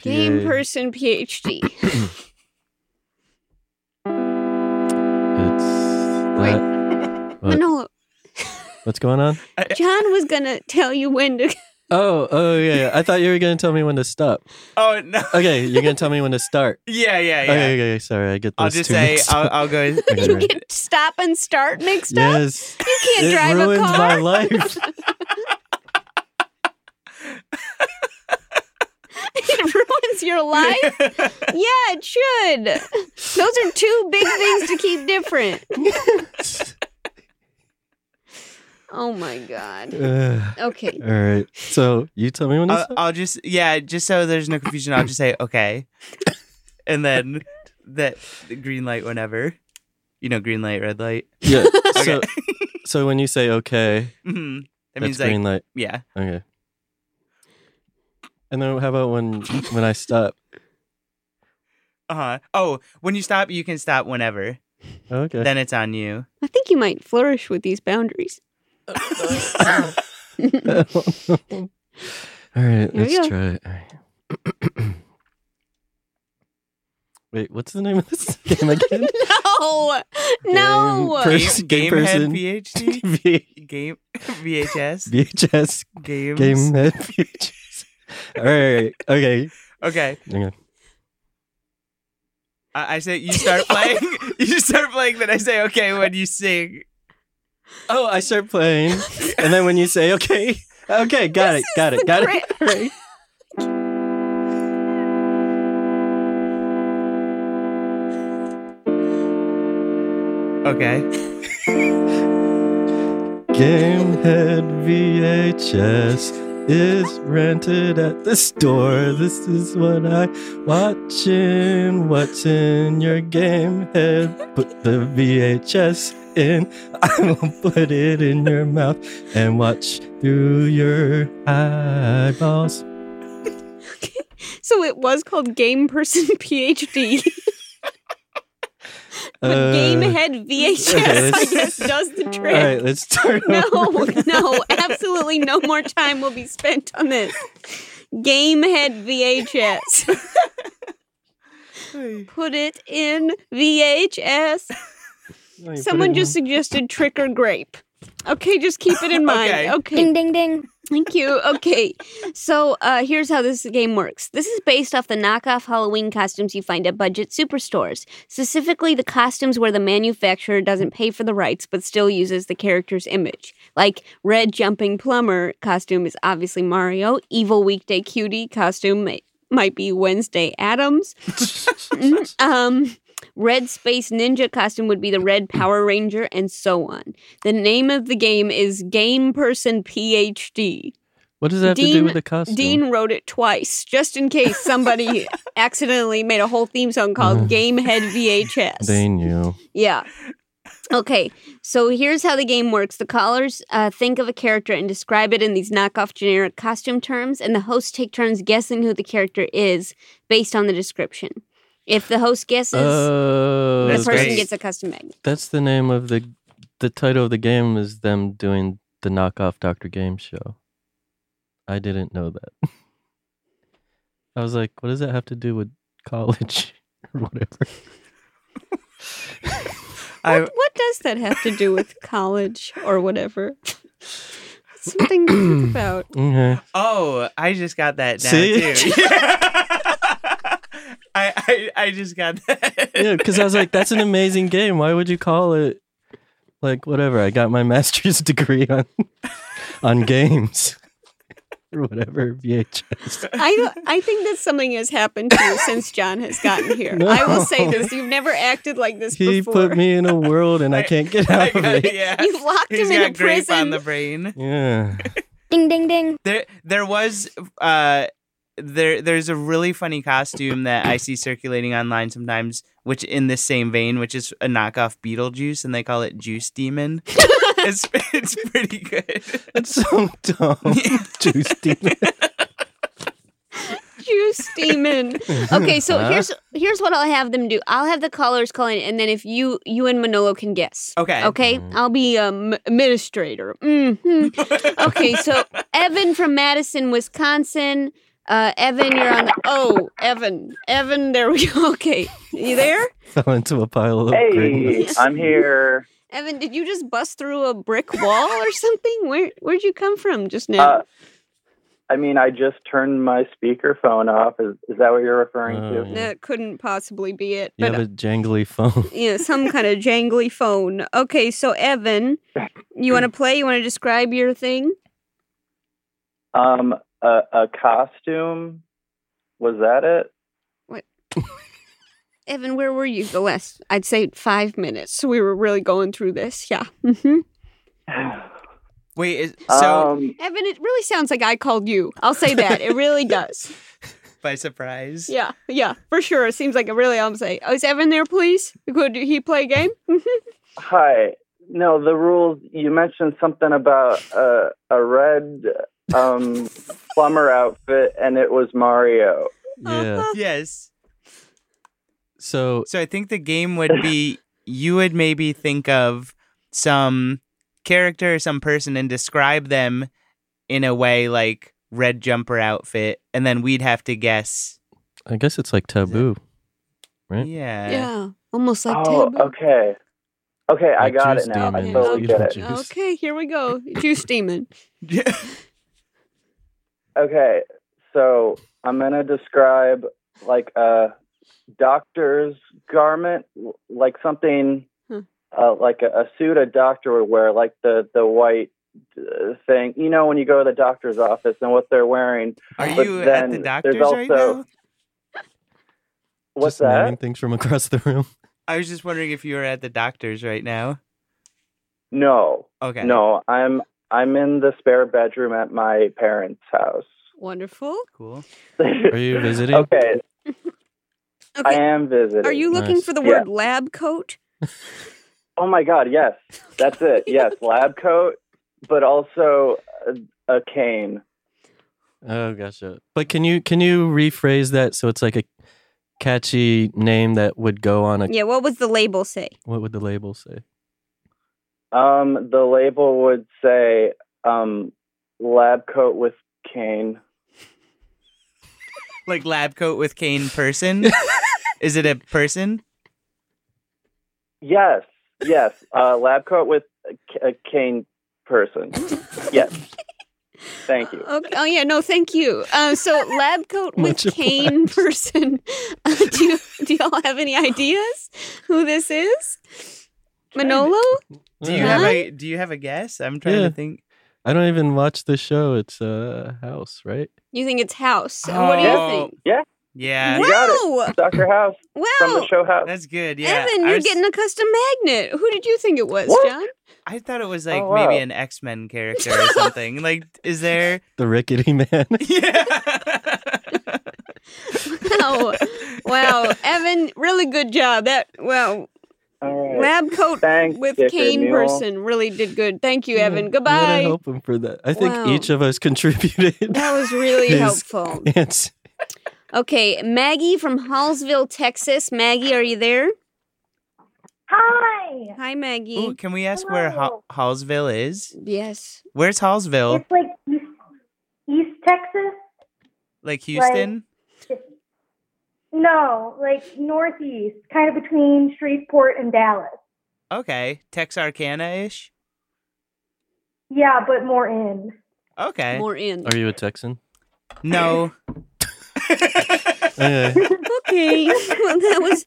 Speaker 2: Game
Speaker 1: PA.
Speaker 2: Person PhD.
Speaker 1: It's
Speaker 2: Wait.
Speaker 1: that. What?
Speaker 2: Manolo,
Speaker 1: What's going on?
Speaker 2: John was gonna tell you when to.
Speaker 1: Oh, oh yeah, yeah. I thought you were gonna tell me when to stop.
Speaker 3: Oh no!
Speaker 1: Okay, you're gonna tell me when to start.
Speaker 3: Yeah, yeah, yeah.
Speaker 1: Okay, okay, sorry, I get those
Speaker 3: I'll just
Speaker 1: two
Speaker 3: say
Speaker 1: mixed
Speaker 3: I'll,
Speaker 1: up.
Speaker 3: I'll go.
Speaker 1: Okay,
Speaker 2: you
Speaker 1: right.
Speaker 2: get stop and start mixed up.
Speaker 1: Yes,
Speaker 2: You can't
Speaker 1: it
Speaker 2: drive
Speaker 1: ruined
Speaker 2: a car.
Speaker 1: my life.
Speaker 2: it ruins your life. Yeah, it should. Those are two big things to keep different. Oh my god.
Speaker 1: Ugh.
Speaker 2: Okay.
Speaker 1: all right, so you tell me when to
Speaker 3: I'll,
Speaker 1: stop.
Speaker 3: I'll just yeah, just so there's no confusion, I'll just say okay, and then that the green light whenever, you know, green light, red light.
Speaker 1: Yeah. So, so when you say okay,
Speaker 3: hmm That
Speaker 1: that's
Speaker 3: means
Speaker 1: green
Speaker 3: like
Speaker 1: light.
Speaker 3: yeah.
Speaker 1: Okay. And then how about when when I stop?
Speaker 3: Uh huh. Oh, when you stop, you can stop whenever.
Speaker 1: Okay.
Speaker 3: Then it's on you.
Speaker 2: I think you might flourish with these boundaries.
Speaker 3: Oh.
Speaker 1: All right,
Speaker 2: Here we
Speaker 1: let's
Speaker 2: go.
Speaker 1: try it. All right. Wait, what's the name of this game again?
Speaker 2: No. No.
Speaker 1: Game Person-
Speaker 3: Game, game
Speaker 1: person.
Speaker 3: head PhD.
Speaker 1: V-
Speaker 3: Game VHS
Speaker 1: VHS
Speaker 3: games.
Speaker 1: game head VHS. All right, okay.
Speaker 3: Okay,
Speaker 1: okay.
Speaker 3: I, I say you start playing. you start playing. Then I say okay when you sing.
Speaker 1: Oh, I start playing, and then when you say okay, okay, got
Speaker 2: This
Speaker 1: it, got
Speaker 2: is
Speaker 1: it, got
Speaker 2: great.
Speaker 1: it. All right.
Speaker 3: Okay.
Speaker 1: Gamehead VHS is rented at the store. This is what I watch in. What's in your Gamehead? Put the VHS in. I will put it in your mouth and watch through your eyeballs.
Speaker 2: So it was called Game Person PhD. But
Speaker 1: Uh,
Speaker 2: Game Head VHS,
Speaker 1: okay,
Speaker 2: I
Speaker 1: let's-
Speaker 2: guess, does the
Speaker 1: All
Speaker 2: trick.
Speaker 1: right, let's start.
Speaker 2: No,
Speaker 1: over.
Speaker 2: no, absolutely no more time will be spent on this. Game Head VHS. Put it in VHS.
Speaker 1: No, you put it
Speaker 2: Someone
Speaker 1: in.
Speaker 2: just suggested trick or grape. Okay, just keep it in mind.
Speaker 3: Okay.
Speaker 2: Okay.
Speaker 5: Ding ding ding.
Speaker 2: Thank you. Okay. So uh, here's how this game works. This is based off the knockoff Halloween costumes you find at budget superstores, specifically the costumes where the manufacturer doesn't pay for the rights but still uses the character's image. Like red jumping plumber costume is obviously Mario, evil weekday cutie costume mi- might be Wednesday Adams. Mm, um Red Space Ninja costume would be the Red Power Ranger, and so on. The name of the game is Game Person PhD.
Speaker 1: What does that have to do
Speaker 2: Dean-
Speaker 1: with the costume?
Speaker 2: Dean wrote it twice, just in case somebody accidentally made a whole theme song called
Speaker 1: Mhm.
Speaker 2: Game Head VHS.
Speaker 1: They knew.
Speaker 2: Yeah. Okay, so here's how the game works. The callers uh, think of a character and describe it in these knockoff generic costume terms, and the hosts take turns guessing who the character is based on the description. If the host guesses,
Speaker 1: Oh,
Speaker 2: the
Speaker 3: That's
Speaker 2: person
Speaker 3: great.
Speaker 2: gets a custom magnet.
Speaker 1: That's the name of the the title of the game is them doing the knockoff Doctor Game show. I didn't know that. I was like, what does that have to do with college or whatever?
Speaker 3: I,
Speaker 2: What, what does that have to do with college or whatever? Something to think about.
Speaker 1: Okay.
Speaker 3: oh, I just got that now
Speaker 1: See?
Speaker 3: too. I, I I just got that.
Speaker 1: Yeah, because I was like, that's an amazing game. Why would you call it like whatever? I got my master's degree on on games. Or whatever VHS.
Speaker 2: I don't- I think that something has happened to you since John has gotten here.
Speaker 1: No.
Speaker 2: I will say this: you've never acted like this
Speaker 1: He
Speaker 2: before.
Speaker 1: put me in a world and I can't get
Speaker 3: I
Speaker 1: out of
Speaker 3: got,
Speaker 1: it.
Speaker 3: yeah.
Speaker 2: You've locked
Speaker 3: He's
Speaker 2: him in a
Speaker 3: got grape on
Speaker 2: prison.
Speaker 3: the brain.
Speaker 1: Yeah.
Speaker 5: Ding ding ding.
Speaker 3: There there was uh there there's a really funny costume that I see circulating online sometimes, which in this same vein, which is a knockoff Beetlejuice, and they call it Juice Demon. it's it's pretty good.
Speaker 1: That's so dumb. Juice demon.
Speaker 2: Juice demon. Okay, so
Speaker 1: Huh?
Speaker 2: here's here's what I'll have them do. I'll have the callers call in, and then if you you and Manolo can guess.
Speaker 3: Okay.
Speaker 2: Okay,
Speaker 5: Mm.
Speaker 1: Mhm.
Speaker 2: I'll be um, administrator. hmm Okay, so Evan from Madison, Wisconsin. Uh, Evan, you're on. Oh, Evan, Evan, there we go. Okay, you there?
Speaker 1: Fell into a pile of
Speaker 6: Hey,
Speaker 1: grains.
Speaker 6: I'm here.
Speaker 2: Evan, did you just bust through a brick wall or something? Where where'd you come from just now?
Speaker 6: Uh, I mean, I just turned my speakerphone off. Is, is that what you're referring
Speaker 1: Oh,
Speaker 6: to?
Speaker 1: yeah.
Speaker 2: that couldn't possibly be it.
Speaker 1: You
Speaker 2: But
Speaker 1: have
Speaker 2: yeah,
Speaker 1: a jangly phone.
Speaker 2: some kind of jangly phone. Okay, so Evan, you want to play? You want to describe your thing?
Speaker 6: Um, a, a costume. Was that it?
Speaker 2: Evan, where were you the last? I'd say five minutes. So we were really going through this. Yeah. hmm
Speaker 3: Wait, is, so
Speaker 6: um,
Speaker 2: Evan, it really sounds like I called you. I'll say that. It really does.
Speaker 3: by surprise.
Speaker 2: Yeah. Yeah. For sure. It seems like it really. I'm saying. Oh, is Evan there, please? Could he play a game? Mm-hmm.
Speaker 6: hi. No, the rules. You mentioned something about uh, a red um, plumber outfit, and it was Mario.
Speaker 1: Yeah.
Speaker 3: Yes.
Speaker 1: So
Speaker 3: So I think the game would be you would maybe think of some character or some person and describe them in a way like red jumper outfit, and then we'd have to guess. Uh,
Speaker 1: I guess it's like taboo. Right.
Speaker 3: Yeah.
Speaker 2: Yeah, almost like
Speaker 6: oh,
Speaker 2: taboo.
Speaker 6: okay. Okay, I
Speaker 1: Like
Speaker 6: got
Speaker 1: Juice
Speaker 6: it now.
Speaker 1: Demon,
Speaker 6: I totally get it.
Speaker 1: Beetlejuice.
Speaker 2: Okay, here we go. Juice demon.
Speaker 6: Okay, so I'm gonna describe like a doctor's garment, w- like something
Speaker 2: Hmm.
Speaker 6: uh, like a, a suit a doctor would wear, like the the white uh, thing. You know, when you go to the doctor's office and what they're wearing.
Speaker 3: Are
Speaker 6: But
Speaker 3: you
Speaker 6: then
Speaker 3: at the
Speaker 6: there's
Speaker 3: doctor's right
Speaker 6: also-
Speaker 3: now?
Speaker 6: What's
Speaker 1: Just
Speaker 6: that?
Speaker 1: naming things from across the room.
Speaker 3: I was just wondering if you were at the doctor's right now.
Speaker 6: No,
Speaker 3: Okay.
Speaker 6: no, I'm I'm in the spare bedroom at my parents' house.
Speaker 2: Wonderful.
Speaker 3: Cool.
Speaker 1: Are you visiting?
Speaker 6: Okay, I
Speaker 2: Okay.
Speaker 6: am visiting.
Speaker 2: Are you looking
Speaker 1: Nice.
Speaker 2: for the
Speaker 6: Yeah.
Speaker 2: word lab coat?
Speaker 6: Oh my God, yes, that's it. Yes, lab coat, but also a, a cane.
Speaker 1: Oh gotcha. But can you can you rephrase that so it's like a catchy name that would go on a
Speaker 2: Yeah, what was the label say?
Speaker 1: what would the label say?
Speaker 6: Um, the label would say um, lab coat with cane.
Speaker 3: Like lab coat with cane person? Is it a person?
Speaker 6: Yes, yes, uh, lab coat with a, c- a cane person. Yes. Thank you.
Speaker 2: Okay. Oh yeah, no, thank you. Uh, so lab coat with
Speaker 1: Much
Speaker 2: cane person. Uh, do you, do y'all have any ideas who this is? Manolo?
Speaker 3: Do you
Speaker 1: Yeah.
Speaker 3: have a do you have a guess? I'm trying
Speaker 1: Yeah.
Speaker 3: to think.
Speaker 1: I don't even watch the show. It's uh house, right?
Speaker 2: You think it's house. Uh, What do you
Speaker 3: Oh.
Speaker 2: think?
Speaker 3: Yeah.
Speaker 6: You
Speaker 2: wow.
Speaker 6: got Dr. House from the
Speaker 2: Wow.
Speaker 6: show House.
Speaker 3: That's good. Yeah.
Speaker 2: Evan,
Speaker 3: I
Speaker 2: you're
Speaker 3: was-
Speaker 2: getting a custom magnet. Who did you think it was,
Speaker 6: What?
Speaker 2: John?
Speaker 3: I thought it was like
Speaker 6: Oh, wow.
Speaker 3: maybe an X Men character or something. Like, is there?
Speaker 1: The rickety man.
Speaker 3: Yeah.
Speaker 2: Wow. Oh, Wow. Evan, really good job. That wow.
Speaker 6: All right.
Speaker 2: Lab coat
Speaker 6: Thanks,
Speaker 2: with
Speaker 6: Dick
Speaker 2: cane
Speaker 6: Mule.
Speaker 2: person really did good. Thank you, Evan.
Speaker 1: What
Speaker 2: Goodbye.
Speaker 1: an open for that. I think
Speaker 2: Wow.
Speaker 1: each of us contributed.
Speaker 2: That was really
Speaker 1: His-
Speaker 2: helpful.
Speaker 1: It's
Speaker 2: Okay, Maggie from Hallsville, Texas. Maggie, are you there?
Speaker 5: Hi.
Speaker 2: Hi, Maggie.
Speaker 3: Ooh, can we ask where ha-
Speaker 5: Hello.
Speaker 3: Hallsville is?
Speaker 2: Yes.
Speaker 3: Where's Hallsville?
Speaker 5: It's like East, East Texas.
Speaker 3: Like Houston?
Speaker 5: No, like northeast, kind of between Shreveport and Dallas.
Speaker 3: Okay. Texarkana ish?
Speaker 5: Yeah, but more in.
Speaker 3: Okay.
Speaker 2: More in.
Speaker 1: Are you a Texan?
Speaker 3: No.
Speaker 1: Okay.
Speaker 2: Okay. well, that was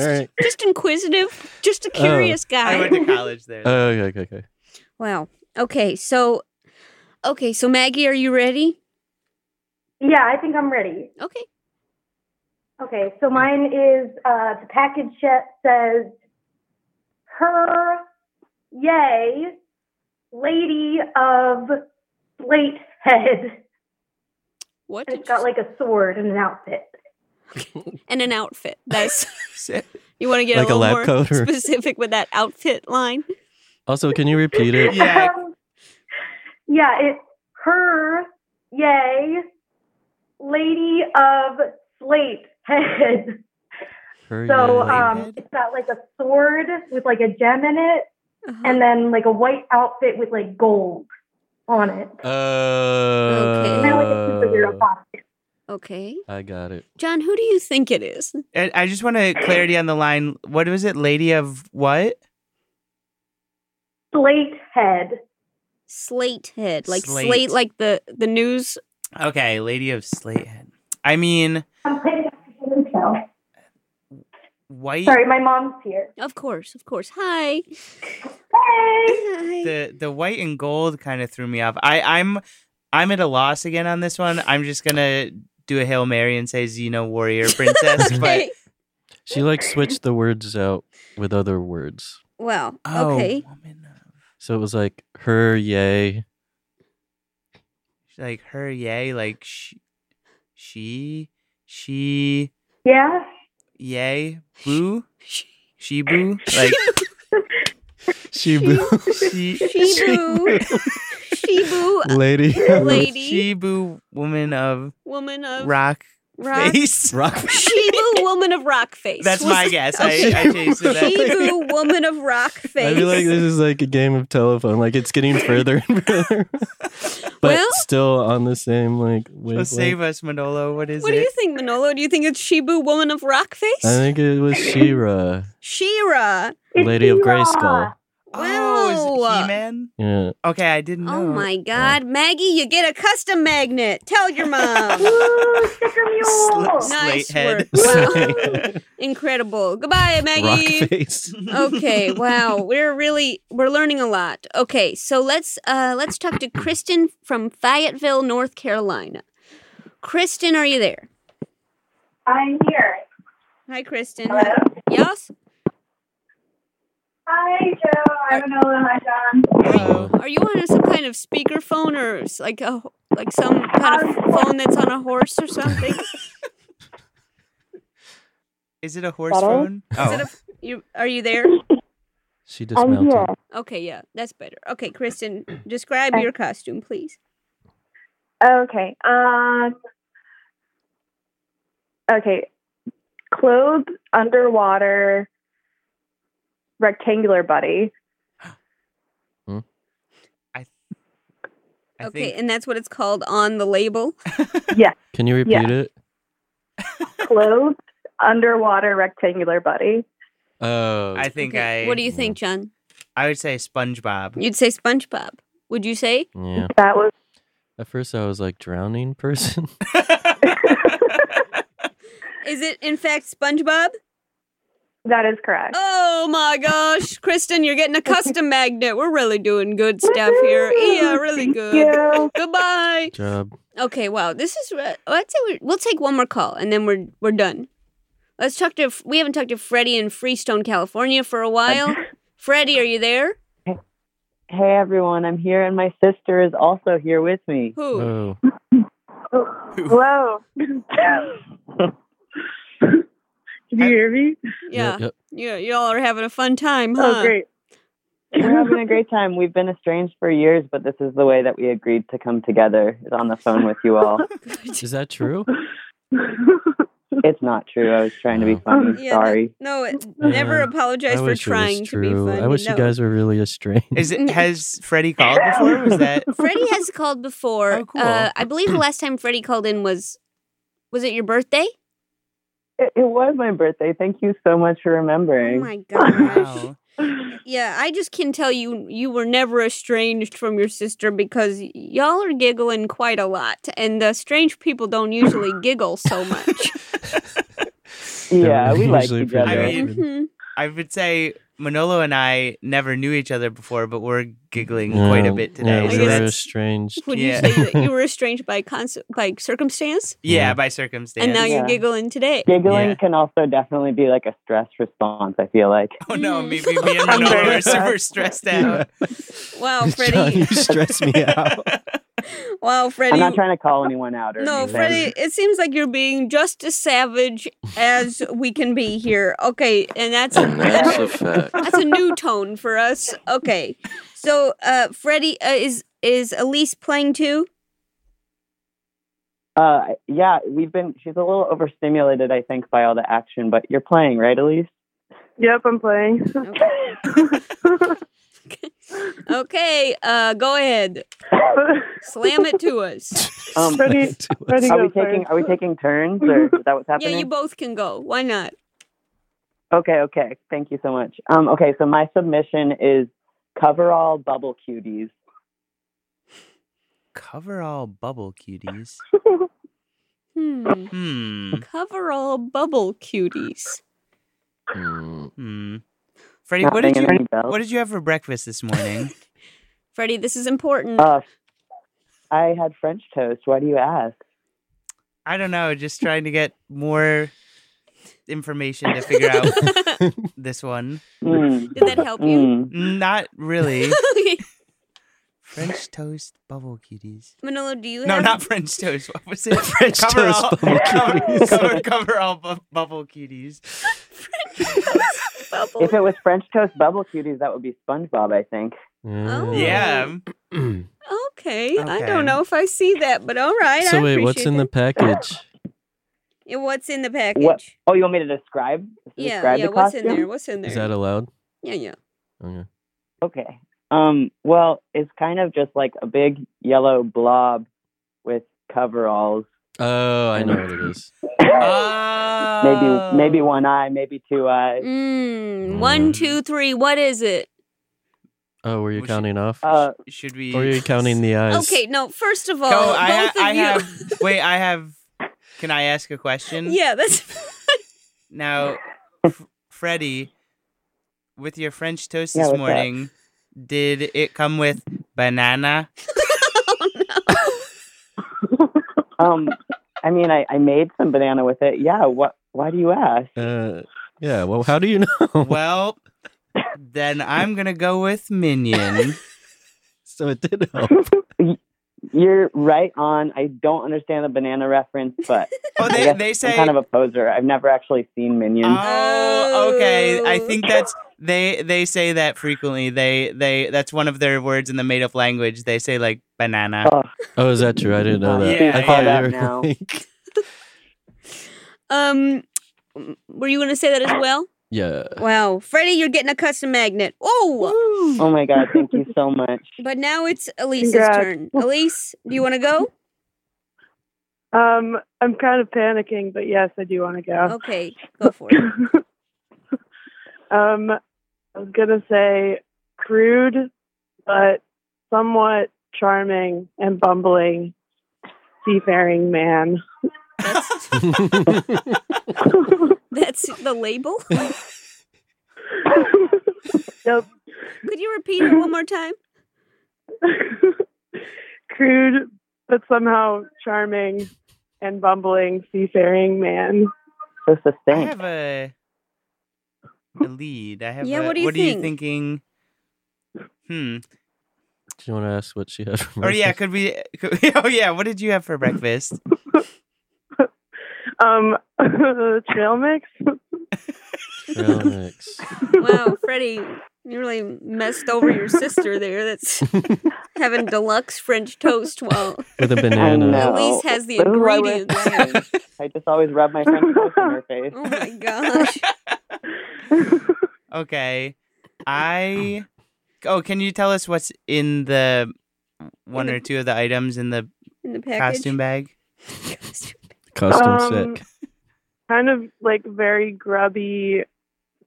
Speaker 1: All right.
Speaker 2: just inquisitive, just a curious
Speaker 3: I
Speaker 2: guy.
Speaker 3: went to college there.
Speaker 1: Oh, okay, okay, okay.
Speaker 2: Wow. Okay, so okay, so Maggie, are you ready?
Speaker 5: Yeah, I think I'm ready.
Speaker 2: Okay.
Speaker 5: Okay, so mine is uh, the package that says her yay lady of slate head.
Speaker 2: What?
Speaker 5: And
Speaker 2: Did
Speaker 5: it's got
Speaker 2: you-
Speaker 5: like a sword and an outfit.
Speaker 2: and an outfit. That's
Speaker 3: So-
Speaker 2: you want to get
Speaker 1: Like a
Speaker 2: a little
Speaker 1: lab
Speaker 2: more
Speaker 1: coat or-
Speaker 2: specific with that outfit line.
Speaker 1: Also, can you repeat it?
Speaker 3: yeah.
Speaker 5: Um, yeah, it's her, yay, lady of slate head.
Speaker 1: Hurry,
Speaker 5: So
Speaker 1: lady.
Speaker 5: um,
Speaker 3: Head?
Speaker 5: it's got like a sword with like a gem in it,
Speaker 2: Uh-huh.
Speaker 5: and then like a white outfit with like gold on it.
Speaker 1: Uh,
Speaker 5: And then like a superhero costume.
Speaker 2: okay,
Speaker 1: I got it.
Speaker 2: John, who do you think it is?
Speaker 3: I I just want to clarity on the line. What was it? Lady of what?
Speaker 5: Slate head.
Speaker 2: Slate head, like slate,
Speaker 3: Slate.
Speaker 2: like the the news.
Speaker 3: Okay, Lady of Slatehead. I mean,
Speaker 5: I'm playing so.
Speaker 3: white.
Speaker 5: Sorry, my mom's here.
Speaker 2: Of course, of course. Hi.
Speaker 5: Hey,
Speaker 2: Hi.
Speaker 3: The the white and gold kind of threw me off. I I'm I'm at a loss again on this one. I'm just gonna do a hail mary and say Xeno warrior princess. But
Speaker 2: Okay.
Speaker 1: She like switched the words out with other words.
Speaker 2: Well,
Speaker 3: oh,
Speaker 2: okay.
Speaker 3: woman of-
Speaker 1: So it was like her, yay.
Speaker 3: like her, yay, like she, she, she,
Speaker 5: yeah.
Speaker 3: yay, boo, she boo, like
Speaker 1: Shibu.
Speaker 3: she,
Speaker 2: Shibu. Shibu,
Speaker 1: lady.
Speaker 2: lady,
Speaker 3: she boo, woman of
Speaker 2: woman of
Speaker 3: rock,
Speaker 2: rock.
Speaker 3: face.
Speaker 1: Rock.
Speaker 2: Shibu, woman of rock face.
Speaker 3: That's
Speaker 2: Was
Speaker 3: my
Speaker 2: it-
Speaker 3: guess. I,
Speaker 2: Okay.
Speaker 3: I changed it up.
Speaker 2: Shibu, woman of rock face.
Speaker 1: I feel like this is like a game of telephone. Like it's getting further and further, but
Speaker 2: Well-
Speaker 1: still on the same like
Speaker 3: Well,
Speaker 1: wavelength.
Speaker 3: save us, Manolo. What is
Speaker 2: what
Speaker 3: it?
Speaker 2: do you think, Manolo? Do you think it's Shibu, woman of rock face?
Speaker 1: I think it was Shira,
Speaker 2: Shira.
Speaker 5: It's
Speaker 1: Lady of
Speaker 5: She-Ra.
Speaker 1: Grayskull.
Speaker 3: Oh, is
Speaker 2: Wow.
Speaker 3: it He-Man?
Speaker 1: Yeah,
Speaker 3: Okay, I didn't know.
Speaker 2: Oh my God, Maggie, you get a custom magnet. Tell your mom.
Speaker 5: Woo, sticker mule.
Speaker 3: Sl-
Speaker 2: Nice
Speaker 3: slate head.
Speaker 2: work. Wow.
Speaker 1: Rock
Speaker 2: Incredible. Goodbye, Maggie.
Speaker 1: face.
Speaker 2: okay wow we're really we're learning a lot okay so let's uh let's talk to kristen from fayetteville north carolina kristen are you there
Speaker 5: I'm here.
Speaker 2: hi kristen
Speaker 5: Hello.
Speaker 2: yes
Speaker 5: Hi, Joe. I'm Anola. Hi, John.
Speaker 1: Hello.
Speaker 2: are you on some kind of speakerphone or s- like a like some kind
Speaker 5: Um,
Speaker 2: of phone that's on a horse or something
Speaker 3: Is it a horse
Speaker 5: Better?
Speaker 3: phone? Oh.
Speaker 2: it you are you there
Speaker 1: She dismounted.
Speaker 5: here.
Speaker 2: okay yeah that's better okay kristen describe your costume please
Speaker 5: Okay. Um. Okay. Clothed underwater rectangular buddy.
Speaker 3: I
Speaker 2: okay
Speaker 3: think
Speaker 2: and that's what it's called on the label
Speaker 1: Can you repeat
Speaker 5: Yeah.
Speaker 1: it?
Speaker 5: Clothed underwater rectangular buddy.
Speaker 1: Oh,
Speaker 3: I think
Speaker 2: Okay,
Speaker 3: I
Speaker 2: what do you think john
Speaker 3: I would say SpongeBob.
Speaker 2: you'd say spongebob would you say
Speaker 1: yeah.
Speaker 5: That was
Speaker 1: At first, I was like drowning person.
Speaker 2: is it in fact spongebob
Speaker 5: That is correct.
Speaker 2: Oh my gosh, Kristen, you're getting a custom magnet. We're really doing good stuff here. Yeah, really
Speaker 5: Thank
Speaker 2: good.
Speaker 5: you.
Speaker 2: Goodbye.
Speaker 1: Job.
Speaker 2: Okay, wow. This is. re- Let's say we're, we'll take one more call and then we're we're done. Let's talk to. We haven't talked to Freddie in Freestone, California, for a while. Freddie, are you there?
Speaker 7: Hey everyone, I'm here, and my sister is also here with me.
Speaker 1: Oh.
Speaker 2: Who?
Speaker 5: Whoa. Can you hear me?
Speaker 2: yeah,
Speaker 1: Yep.
Speaker 2: yeah. Y'all are having a fun time, huh?
Speaker 5: Oh, great.
Speaker 7: We're having a great time. We've been estranged for years, but this is the way that we agreed to come together. Is on the phone with you all.
Speaker 1: Is that true?
Speaker 7: it's not true. I was trying to be funny.
Speaker 2: Yeah,
Speaker 7: Sorry.
Speaker 2: No, it- never
Speaker 1: Yeah.
Speaker 2: apologize
Speaker 1: Mm. I
Speaker 2: for
Speaker 1: wish it was
Speaker 2: trying to be
Speaker 1: true.
Speaker 2: funny.
Speaker 1: I wish you
Speaker 2: No.
Speaker 1: guys were really estranged.
Speaker 3: Is it has Freddie called before? Was that
Speaker 2: Freddie has called before.
Speaker 3: Oh, cool.
Speaker 2: uh, I believe the last time Freddie called in was was it your birthday?
Speaker 7: It, it was my birthday. Thank you so much for
Speaker 2: Oh
Speaker 7: remembering.
Speaker 2: my gosh.
Speaker 3: wow?
Speaker 2: Yeah, I just can tell you you were never estranged from your sister because y'all are giggling quite a lot and the strange people don't usually giggle so much.
Speaker 7: yeah,
Speaker 1: They're
Speaker 7: we like
Speaker 1: usually
Speaker 7: each
Speaker 1: pretty
Speaker 7: other.
Speaker 3: I mean-
Speaker 2: Mhm.
Speaker 3: I would say Manolo and I never knew each other before, but we're giggling quite a
Speaker 1: Yeah,
Speaker 3: bit today.
Speaker 1: Yeah,
Speaker 2: I
Speaker 1: we
Speaker 3: so
Speaker 2: guess-
Speaker 1: were
Speaker 3: that's
Speaker 1: estranged.
Speaker 2: Would
Speaker 3: Yeah.
Speaker 2: you say that you were estranged by cons- by circumstance
Speaker 3: yeah,
Speaker 1: Yeah.
Speaker 3: by circumstance.
Speaker 2: and now you're
Speaker 7: Yeah.
Speaker 2: giggling today?
Speaker 7: Giggling
Speaker 3: Yeah.
Speaker 7: can also definitely be like a stress response. I feel like.
Speaker 3: Oh no,
Speaker 2: Mm.
Speaker 3: maybe me and Manolo are super stressed out.
Speaker 2: Wow,
Speaker 1: John,
Speaker 2: Freddie.
Speaker 1: you stress me out.
Speaker 2: Wow, Freddie.
Speaker 7: I'm not trying to call anyone out or
Speaker 2: No,
Speaker 7: anything.
Speaker 2: Freddie, it seems like you're being just as savage as we can be here. Okay, and that's
Speaker 4: And that's a fact.
Speaker 2: that's a new tone for us. Okay, so uh, Freddie uh, is is Elise playing too?
Speaker 7: Uh, yeah, we've been. She's a little overstimulated, I think, by all the action. But you're playing, right, Elise?
Speaker 5: Yep, I'm playing.
Speaker 2: Okay, uh, go ahead, slam it to us.
Speaker 7: Um,
Speaker 5: Freddie- Freddie-
Speaker 7: Are we
Speaker 5: go first.
Speaker 7: taking Are we taking turns, or is that what's
Speaker 2: Yeah,
Speaker 7: happening?
Speaker 2: you both can go. Why not?
Speaker 7: Okay, okay. Thank you so much. Um, okay, so my submission is coverall bubble cuties.
Speaker 3: Cover all bubble cuties.
Speaker 2: Hmm.
Speaker 3: Hmm.
Speaker 2: Cover all bubble cuties.
Speaker 1: Hmm.
Speaker 3: Hmm. Freddie, what did
Speaker 7: Nothing
Speaker 3: you
Speaker 7: in any bells.
Speaker 3: what did you have for breakfast this morning?
Speaker 2: Freddie, this is important.
Speaker 7: Uh, I had French toast. Why do you ask?
Speaker 3: I don't know, just trying to get more information to figure out this one.
Speaker 7: Mm,
Speaker 2: Did that help you?
Speaker 7: mm.
Speaker 3: Not really.
Speaker 2: Okay.
Speaker 3: French toast bubble cuties.
Speaker 2: Manolo, do you
Speaker 3: No,
Speaker 2: have
Speaker 3: not French toast. What was it?
Speaker 1: French toast bubble cuties.
Speaker 3: Cover, cover all bu- bubble cuties.
Speaker 2: bubble?
Speaker 7: If it was French toast bubble cuties, that would be SpongeBob, I think.
Speaker 2: Oh.
Speaker 3: Yeah.
Speaker 5: Mm.
Speaker 2: Okay, I
Speaker 3: Okay.
Speaker 2: don't know if I see that, but all right. I
Speaker 1: So wait, what's
Speaker 2: appreciate
Speaker 1: in the
Speaker 2: that.
Speaker 1: package?
Speaker 2: Yeah, what's in the package?
Speaker 7: Oh, you want me to describe?
Speaker 2: Yeah,
Speaker 7: describe
Speaker 2: yeah.
Speaker 7: the
Speaker 2: What's in
Speaker 7: costume?
Speaker 2: there? What's in there?
Speaker 1: Is that allowed?
Speaker 2: yeah, yeah.
Speaker 1: Okay.
Speaker 7: Okay. Um, well, it's kind of just like a big yellow blob with coveralls.
Speaker 1: Oh, I know what it is.
Speaker 7: Maybe maybe one eye, maybe two eyes.
Speaker 2: Mm,
Speaker 1: Hmm.
Speaker 2: one,
Speaker 3: Mm.
Speaker 2: two, three. What is it?
Speaker 1: Oh, were you
Speaker 3: We should-
Speaker 1: counting off?
Speaker 7: Uh,
Speaker 3: Should we?
Speaker 1: or are you counting the eyes?
Speaker 2: Okay, no. First of all,
Speaker 3: Go,
Speaker 2: both
Speaker 3: I, ha-
Speaker 2: of
Speaker 3: I
Speaker 2: you.
Speaker 3: have. Wait, I have. Can I ask a question?
Speaker 2: yeah, that's.
Speaker 3: Now, F- Freddie, with your French toast
Speaker 7: Yeah,
Speaker 3: this
Speaker 7: what's up?
Speaker 3: morning, did it come with banana?
Speaker 7: Um, I mean, I, I made some banana with it. Yeah. What? Why do you ask?
Speaker 1: Uh, yeah. Well, how do you know?
Speaker 3: Well, then I'm gonna go with minion.
Speaker 1: so it did help.
Speaker 7: You're right on. I don't understand the banana reference, but
Speaker 3: Oh,
Speaker 7: I
Speaker 3: they,
Speaker 7: guess
Speaker 3: they say.
Speaker 7: I'm kind of a poser. I've never actually seen Minions.
Speaker 3: Oh, okay. I
Speaker 2: Oh.
Speaker 3: think that's they. They say that frequently. They they that's one of their words in the made up language. They say like banana.
Speaker 7: Oh,
Speaker 1: Oh, is that true? I didn't know that.
Speaker 3: Yeah,
Speaker 1: I
Speaker 3: I
Speaker 1: thought
Speaker 7: call
Speaker 1: you
Speaker 7: that
Speaker 1: were
Speaker 7: now.
Speaker 1: like-
Speaker 2: Um, were you going to say that as well?
Speaker 1: yeah.
Speaker 2: Wow, Freddie, you're getting a custom magnet. Oh,
Speaker 7: oh my god! Thank you so much.
Speaker 2: but now it's Elise's
Speaker 5: Congrats.
Speaker 2: turn. Elise, do you want to go?
Speaker 5: Um, I'm kind of panicking, but yes, I do want to go.
Speaker 2: Okay, go for it.
Speaker 5: Um, I was gonna say crude, but somewhat charming and bumbling seafaring man.
Speaker 2: That's the label.
Speaker 8: Nope.
Speaker 2: Could you repeat it one more time?
Speaker 8: Crude, but somehow charming and bumbling, seafaring man.
Speaker 7: So
Speaker 3: I
Speaker 7: succinct.
Speaker 3: have a a lead. I have.
Speaker 2: Yeah,
Speaker 3: a-
Speaker 2: what do you
Speaker 3: what are you
Speaker 2: think?
Speaker 3: thinking? Hmm.
Speaker 1: Do you want to ask what she had? for
Speaker 3: Or Oh, yeah,
Speaker 1: breakfast?
Speaker 3: could we? Could, oh yeah, what did you have for breakfast?
Speaker 8: Um, trail mix.
Speaker 1: Trail mix.
Speaker 2: Wow, Freddie, you really messed over your sister there. That's having deluxe French toast while
Speaker 1: with a
Speaker 7: I
Speaker 1: banana.
Speaker 7: know.
Speaker 2: Elise has the
Speaker 7: This is why we're
Speaker 2: ingredients.
Speaker 7: friends. I just always rub my French toast on her face.
Speaker 2: Oh my gosh.
Speaker 3: okay, I. Oh, can you tell us what's in the one
Speaker 2: In the-
Speaker 3: or two of the items in the
Speaker 2: In the package.
Speaker 3: costume bag?
Speaker 1: Custom
Speaker 8: Um,
Speaker 1: sick.
Speaker 8: Kind of like very grubby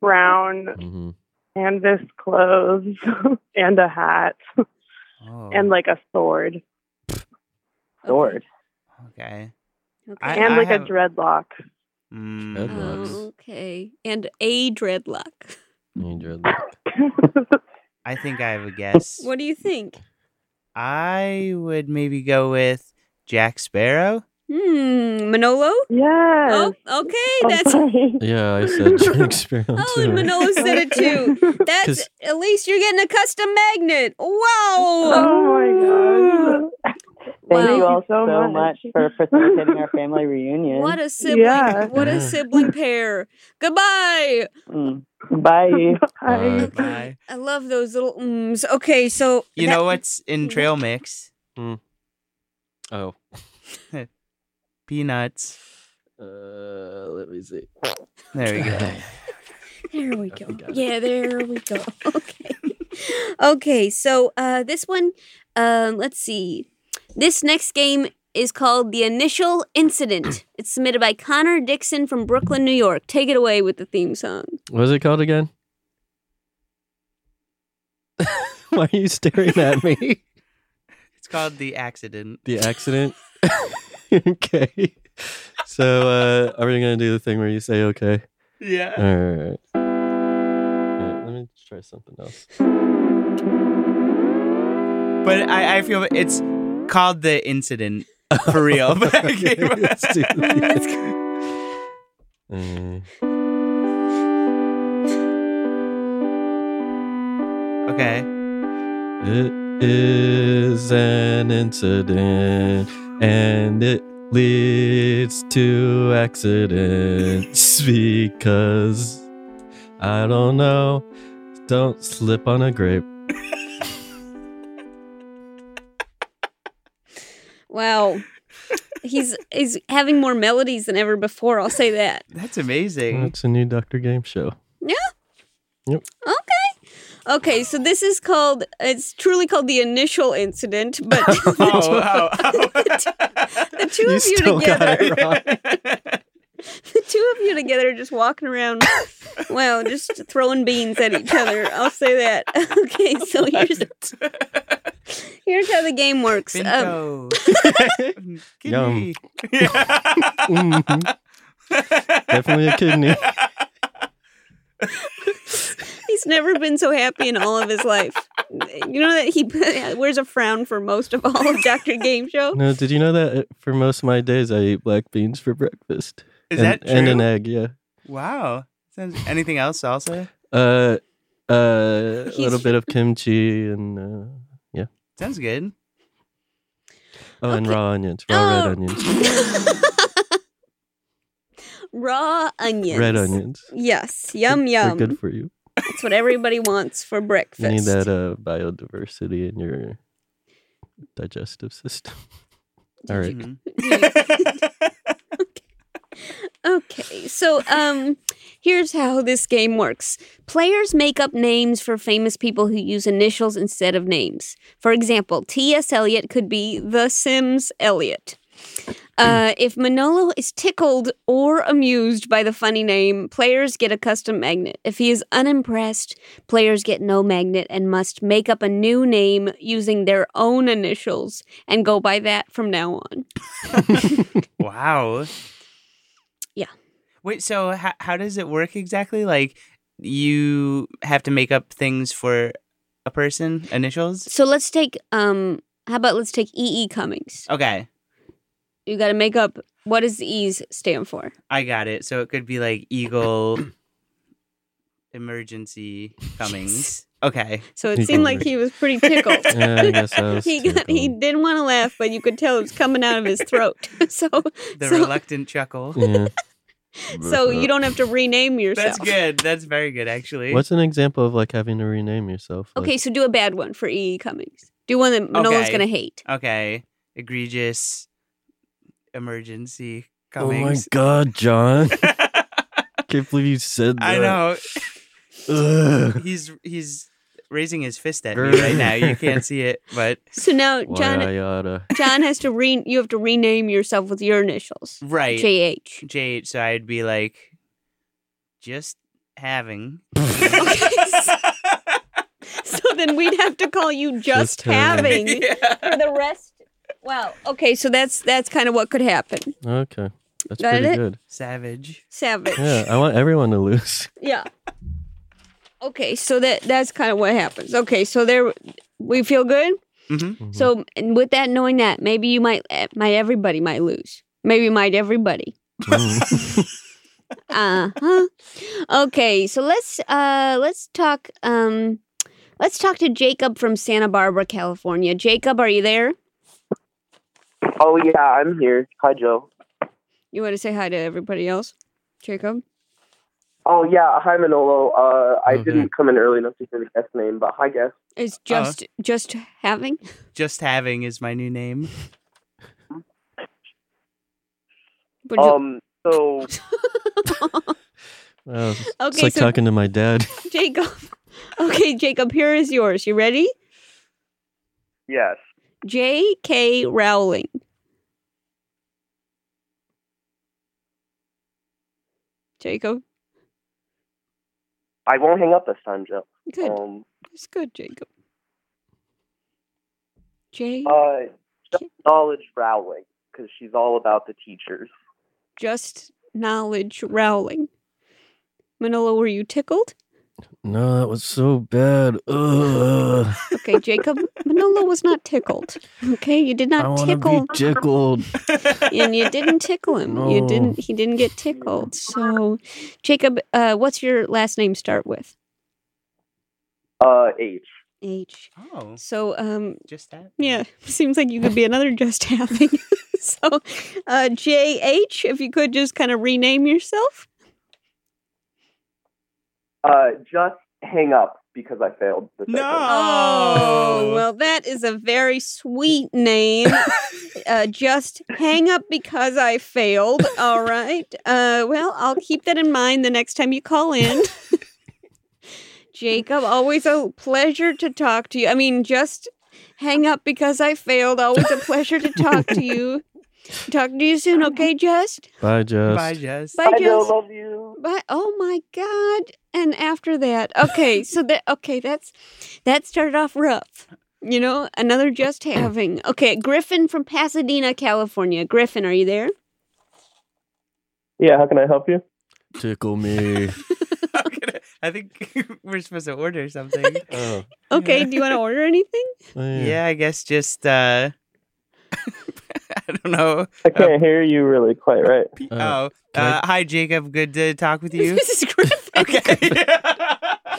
Speaker 8: brown
Speaker 1: hmm
Speaker 8: canvas clothes and a hat
Speaker 3: Oh,
Speaker 8: and like a sword
Speaker 7: Sword.
Speaker 3: okay.
Speaker 2: Okay.
Speaker 3: I-
Speaker 2: okay.
Speaker 8: and like
Speaker 3: have-
Speaker 8: a dreadlock.
Speaker 3: Mm,
Speaker 1: Good.
Speaker 2: Oh, okay. And a dreadlock.
Speaker 3: I think I have a guess.
Speaker 2: What do you think?
Speaker 3: I would maybe go with Jack Sparrow.
Speaker 2: Hmm, Manolo?
Speaker 8: yes.
Speaker 2: Oh, okay. That's
Speaker 8: sorry.
Speaker 1: Yeah, I said Shakespeare.
Speaker 2: Oh,
Speaker 1: too.
Speaker 2: and Manolo said it too. That's
Speaker 1: 'Cause-
Speaker 2: at least you're getting a custom magnet. Wow.
Speaker 8: Oh my gosh.
Speaker 7: Thank
Speaker 2: Wow.
Speaker 7: you all
Speaker 8: Thank you so
Speaker 7: so much
Speaker 8: much.
Speaker 7: for facilitating our family reunion.
Speaker 2: What a sibling.
Speaker 8: Yeah.
Speaker 2: What
Speaker 1: Yeah.
Speaker 2: a sibling pair. Goodbye.
Speaker 7: Mm. Bye.
Speaker 8: Hi.
Speaker 1: Bye.
Speaker 3: Goodbye.
Speaker 2: I love those little ums. Okay, so
Speaker 3: You
Speaker 2: that-
Speaker 3: know what's in Trail Mix?
Speaker 1: Hmm. Oh,
Speaker 3: Peanuts.
Speaker 1: uh, let me see.
Speaker 3: There we go.
Speaker 2: There we go.
Speaker 1: got it.
Speaker 2: Yeah, there we go. Okay. okay, so uh this one um let's see. This next game is called The Initial Incident. It's submitted by Connor Dixon from Brooklyn, New York. Take it away with the theme song.
Speaker 1: What was it called again? Why are you staring at me?
Speaker 3: It's called The Accident.
Speaker 1: the accident. okay. So, uh, are we gonna do the thing where you say okay?
Speaker 3: Yeah.
Speaker 1: All right. Let me try something else.
Speaker 3: But I, I feel it's called the incident for real. But I
Speaker 1: Okay,
Speaker 3: gave-
Speaker 1: let's do that. Uh,
Speaker 3: okay.
Speaker 1: It is an incident and it leads to accidents because I don't know. Don't slip on a grape.
Speaker 2: Wow. He's he's having more melodies than ever before, I'll say that.
Speaker 3: That's amazing.
Speaker 1: It's a new Dr. Game show.
Speaker 2: Okay. Okay, so this is called it's truly called the initial incident, but
Speaker 3: Oh,
Speaker 2: the
Speaker 3: oh, oh.
Speaker 2: two of you
Speaker 1: still got
Speaker 2: together.
Speaker 1: it wrong.
Speaker 2: the two of you together just walking around wow just throwing beans at each other i'll say that okay so here's here's how the game works um,
Speaker 3: Bingo.
Speaker 1: Yum.
Speaker 3: Kidney. Yeah.
Speaker 1: Mhm. Definitely a kidney.
Speaker 2: he's never been so happy in all of his life you know that he wears a frown for most of all of dr game show
Speaker 1: No, did you know that uh, for most of my days I eat black beans for breakfast?
Speaker 3: Is
Speaker 1: and,
Speaker 3: that true?
Speaker 1: And an egg, yeah.
Speaker 3: Wow. Sounds- Anything else also?
Speaker 1: Uh, uh, a
Speaker 2: He's-
Speaker 1: little bit of kimchi and uh,
Speaker 3: Sounds good.
Speaker 1: oh, and
Speaker 2: Okay.
Speaker 1: raw onions, raw
Speaker 2: Oh.
Speaker 1: red onions,
Speaker 2: raw onions
Speaker 1: red onions.
Speaker 2: yes yum
Speaker 1: They're
Speaker 2: yum
Speaker 1: good for you.
Speaker 2: that's what everybody wants for breakfast
Speaker 1: You need that uh, biodiversity in your digestive system. All right.
Speaker 3: Mhm.
Speaker 2: Okay, so um, here's how this game works. Players make up names for famous people who use initials instead of names. For example, T.S. Eliot could be The Sims Eliot. Uh, if Manolo is tickled or amused by the funny name, players get a custom magnet. If he is unimpressed, players get no magnet and must make up a new name using their own initials and go by that from now on.
Speaker 3: Wow.
Speaker 2: Yeah.
Speaker 3: Wait, so how, how does it work exactly? Like, you have to make up things for a person, initials.
Speaker 2: So let's take um how about let's take EE Cummings.
Speaker 3: Okay,
Speaker 2: You got to make up what does the E's stand for?
Speaker 3: I got it. So it could be like Eagle Emergency Cummings. Okay.
Speaker 2: So it
Speaker 1: He got
Speaker 2: seemed like
Speaker 1: it.
Speaker 2: he was pretty tickled.
Speaker 1: Yeah, I guess I was
Speaker 2: he
Speaker 1: too
Speaker 2: got, he
Speaker 1: cool.
Speaker 2: didn't want to laugh, but you could tell it was coming out of his throat. so
Speaker 3: The
Speaker 2: So-
Speaker 3: reluctant chuckle.
Speaker 1: Yeah.
Speaker 2: so you don't have to rename yourself.
Speaker 3: That's good. That's very good, actually.
Speaker 1: What's an example of like having to rename yourself? Like,
Speaker 2: Okay, so do a bad one for EE Cummings. Do one that no one's
Speaker 3: Okay.
Speaker 2: gonna hate.
Speaker 3: Okay. Egregious emergency
Speaker 1: oh my
Speaker 3: Cummings.
Speaker 1: god, John! Can't believe you said that.
Speaker 3: I know.
Speaker 1: Ugh.
Speaker 3: He's he's raising his fist at me right now. You can't see it, but
Speaker 2: So now
Speaker 1: Why
Speaker 2: John
Speaker 1: I oughta.
Speaker 2: John has to re you have to rename yourself with your initials.
Speaker 3: right.
Speaker 2: JH.
Speaker 3: Jade, so I'd be like, just having.
Speaker 2: So then we'd have to call you just,
Speaker 1: Just having.
Speaker 2: having
Speaker 3: Yeah.
Speaker 2: for the rest. Wow. Okay, so that's that's kind of what could happen.
Speaker 1: Okay, that's
Speaker 2: Got
Speaker 1: pretty
Speaker 2: it?
Speaker 1: good.
Speaker 3: Savage.
Speaker 2: Savage.
Speaker 1: Yeah, I want everyone to lose.
Speaker 2: Yeah. Okay, so that that's kind of what happens. Okay, so there we feel good.
Speaker 3: Mhm.
Speaker 1: Mhm.
Speaker 2: So and with that knowing that, maybe you might eh, might everybody might lose. Maybe might everybody.
Speaker 1: Mm.
Speaker 2: Uh-huh. okay, so let's uh let's talk um let's talk to Jacob from Santa Barbara, California. Jacob, are you there?
Speaker 7: Oh yeah, I'm here. Hi Joe.
Speaker 2: You want to say hi to everybody else? Jacob?
Speaker 7: Oh yeah, hi Manolo. Uh, I
Speaker 1: Okay. didn't
Speaker 7: come in early enough to hear the guest name, but hi guest.
Speaker 1: Uh-huh.
Speaker 2: It's just just having.
Speaker 3: Just having is my new name.
Speaker 2: But you-
Speaker 7: Um, so
Speaker 1: Wow, it's
Speaker 2: okay,
Speaker 1: like
Speaker 2: so
Speaker 1: talking to my dad.
Speaker 2: Jacob. Okay, Jacob, here is yours. You ready?
Speaker 7: yes,
Speaker 2: J.K. Rowling. Jacob.
Speaker 7: I won't hang up this time, Joe.
Speaker 2: Good.
Speaker 7: Um,
Speaker 2: It's good, Jacob. J.
Speaker 7: uh, knowledge Rowling because she's all about the teachers.
Speaker 2: just knowledge Rowling. Manolo, were you tickled?
Speaker 1: No, that was so bad. Ugh.
Speaker 2: Okay, Jacob. Manolo was not tickled. Okay, you did
Speaker 1: I
Speaker 2: not
Speaker 1: want to
Speaker 2: tickle,
Speaker 1: be tickled.
Speaker 2: and you didn't tickle him. You
Speaker 1: No.
Speaker 2: didn't. He didn't get tickled. So, Jacob, uh, what's your last name start with?
Speaker 7: Uh, H.
Speaker 2: H.
Speaker 3: Oh,
Speaker 2: So, um,
Speaker 3: just that?
Speaker 2: yeah, seems like you could be another just having. so, uh, J H. If you could just kind of rename yourself.
Speaker 7: Uh, just hang up because I failed. the
Speaker 3: No.
Speaker 7: second.
Speaker 2: Oh, well, that is a very sweet name. uh, just hang up because I failed. All right. Uh, well, I'll keep that in mind the next time you call in. Jacob, always a pleasure to talk to you. I mean, just hang up because I failed. Always a pleasure to talk to you. Talk to you soon, okay, Just?
Speaker 1: Bye, Jess.
Speaker 3: Bye, Jess.
Speaker 2: Bye,
Speaker 7: I Joe.
Speaker 2: Just.
Speaker 7: Love you.
Speaker 2: But oh my god! And after that, okay, so that okay, that's that started off rough. You know, another just having. Okay, Griffin from Pasadena, California. Griffin, are you there?
Speaker 9: Yeah, how can I help you?
Speaker 1: Tickle me.
Speaker 3: I'm gonna- I think we're supposed to order something.
Speaker 1: oh,
Speaker 2: Okay, do you want to order anything?
Speaker 1: yeah.
Speaker 3: Yeah, I guess just, uh, I don't know. Um,
Speaker 9: I can't hear you really quite right.
Speaker 3: P-
Speaker 1: Uh,
Speaker 3: oh,
Speaker 1: can I-
Speaker 3: uh, hi, Jacob. Good to talk with you.
Speaker 2: this is Griffin.
Speaker 3: okay.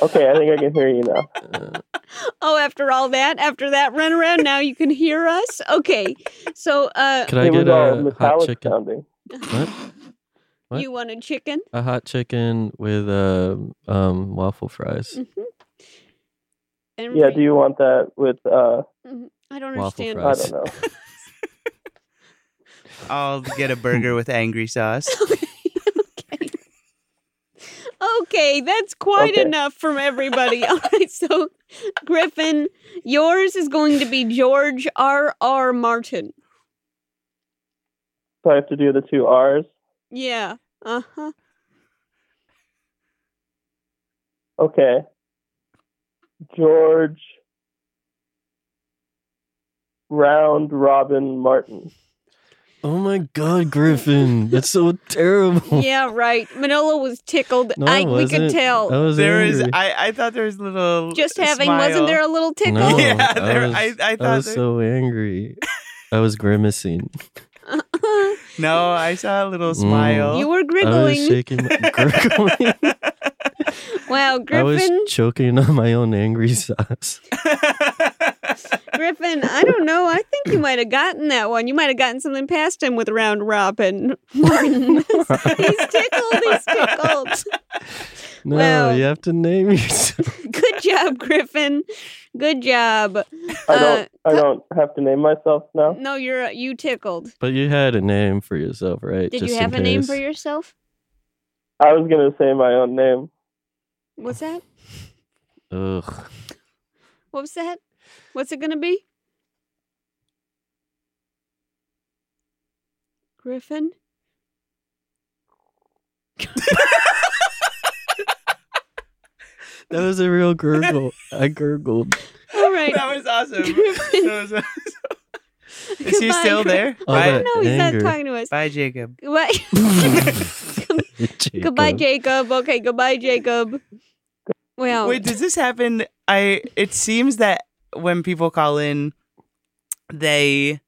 Speaker 9: Okay, I think I can hear you now.
Speaker 1: Uh,
Speaker 2: Oh, after all that, after that run around, now you can hear us. Okay, so uh,
Speaker 1: could I
Speaker 9: it was
Speaker 1: get
Speaker 9: all
Speaker 1: a hot
Speaker 9: metallic
Speaker 1: chicken?
Speaker 9: sounding.
Speaker 1: What? What?
Speaker 2: you want a chicken?
Speaker 1: A hot chicken with uh, um waffle fries.
Speaker 2: hmm And
Speaker 9: Yeah, do you want that with uh
Speaker 2: Mhm. I don't
Speaker 1: Waffle
Speaker 2: understand.
Speaker 9: I
Speaker 1: fries.
Speaker 9: don't know.
Speaker 3: I'll get a burger with angry sauce.
Speaker 2: okay. Okay, that's quite
Speaker 9: Okay.
Speaker 2: enough from everybody. All right, so Griffin, yours is going to be George R. R. Martin.
Speaker 9: So I have to do the two R's.
Speaker 2: Yeah. Uh huh.
Speaker 9: Okay. George Round Robin Martin.
Speaker 1: Oh my God, Griffin. That's so terrible.
Speaker 2: yeah, right. Manolo was tickled.
Speaker 1: Hmm. No, I
Speaker 2: I, we could
Speaker 1: wasn't.
Speaker 2: tell.
Speaker 1: I was
Speaker 3: There is.
Speaker 1: angry.
Speaker 3: I I thought there was a little
Speaker 2: Just having,
Speaker 3: smile.
Speaker 2: wasn't there a little tickle?
Speaker 1: No,
Speaker 3: Yeah, there-
Speaker 1: I, was,
Speaker 3: I- I
Speaker 1: I
Speaker 3: thought
Speaker 1: was
Speaker 3: there-
Speaker 1: so angry. I was grimacing.
Speaker 3: No, I saw a little
Speaker 1: Mm.
Speaker 3: smile.
Speaker 2: you were
Speaker 1: I was
Speaker 2: griggling.
Speaker 1: shaking, my- gurgling.
Speaker 2: Wow,
Speaker 1: I was
Speaker 2: Griffin.
Speaker 1: choking on my own angry sauce.
Speaker 2: Griffin, I don't know. I think you might have gotten that one. You might have gotten something past him with round robin. Martin. he's tickled. He's tickled.
Speaker 1: No,
Speaker 2: Oh, Wow.
Speaker 1: you have to name yourself.
Speaker 2: Good job, Griffin. Good job.
Speaker 9: I
Speaker 2: Uh,
Speaker 9: don't. I don't have to name myself now.
Speaker 2: no, you're you tickled.
Speaker 1: But you had a name for yourself, right?
Speaker 2: Did
Speaker 1: Just
Speaker 2: you
Speaker 1: in
Speaker 2: have a name
Speaker 1: case.
Speaker 2: for yourself?
Speaker 9: I was gonna say my own name.
Speaker 2: What's that?
Speaker 1: Ugh.
Speaker 2: What was that? What's it gonna be? Griffin?
Speaker 1: That was a real gurgle. I gurgled.
Speaker 2: All right.
Speaker 3: that was awesome.
Speaker 2: Griffin.
Speaker 3: That was awesome. Is he
Speaker 2: Goodbye,
Speaker 3: still
Speaker 2: Griffin.
Speaker 3: there?
Speaker 1: All
Speaker 3: Bye,
Speaker 1: Oh, that
Speaker 2: No, he's
Speaker 1: anger.
Speaker 2: not talking to us.
Speaker 3: bye, Jacob.
Speaker 2: Goodbye.
Speaker 1: Jacob.
Speaker 2: goodbye, Jacob. Okay, goodbye, Jacob. Well,
Speaker 3: Wait, does this happen? I. It seems that when people call in, they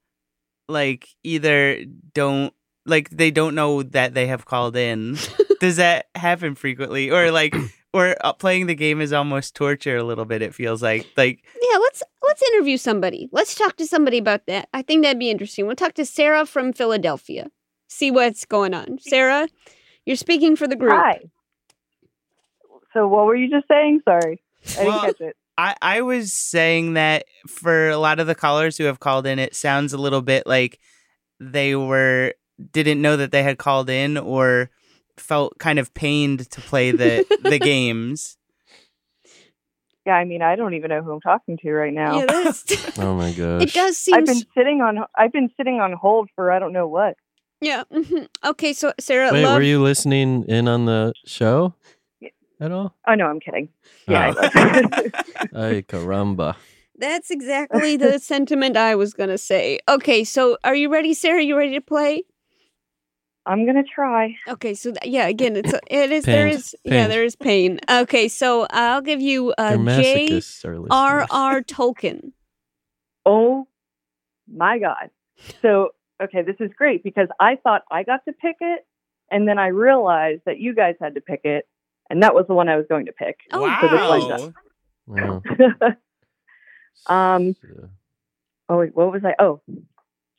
Speaker 3: like either don't like they don't know that they have called in. does that happen frequently, or like, or uh, playing the game is almost torture a little bit? It feels like like
Speaker 2: yeah, let's let's interview somebody. Let's talk to somebody about that. I think that'd be interesting. We'll talk to Sarah from Philadelphia. See what's going on. Sarah, you're speaking for the group.
Speaker 10: Hi. So what were you just saying? Sorry, I didn't
Speaker 3: Well-
Speaker 10: catch it.
Speaker 3: I, I was saying that for a lot of the callers who have called in, it sounds a little bit like they were didn't know that they had called in or felt kind of pained to play the the games.
Speaker 10: Yeah, I mean, I don't even know who I'm talking to right now.
Speaker 2: Yeah, that's,
Speaker 1: Oh my gosh.
Speaker 2: it does seem.
Speaker 10: I've been sitting on I've been sitting on hold for I don't know what.
Speaker 2: Yeah. mhm. Okay, so Sarah,
Speaker 1: Wait,
Speaker 2: love.
Speaker 1: were you listening in on the show
Speaker 10: Yeah.
Speaker 1: at all?
Speaker 10: Oh no, I'm kidding. Yeah,
Speaker 1: Oh.
Speaker 10: I was.
Speaker 1: Ay, caramba.
Speaker 2: That's exactly the sentiment I was gonna say. Okay, so are you ready, Sarah? You ready to play?
Speaker 10: I'm gonna try.
Speaker 2: Okay, so th- yeah, again, it's it is there
Speaker 1: Pain.
Speaker 2: is yeah
Speaker 1: Pain.
Speaker 2: there is pain. Okay, so I'll give you uh,
Speaker 1: They're
Speaker 2: J
Speaker 1: masochists, our listeners.
Speaker 2: R R Tolkien.
Speaker 10: Oh my god. So okay, this is great because I thought I got to pick it, and then I realized that you guys had to pick it, and that was the one I was going to pick.
Speaker 2: Oh,
Speaker 10: So this one's
Speaker 3: wow.
Speaker 1: Wow.
Speaker 10: Um,
Speaker 1: So-
Speaker 10: oh wait, what was I? Oh,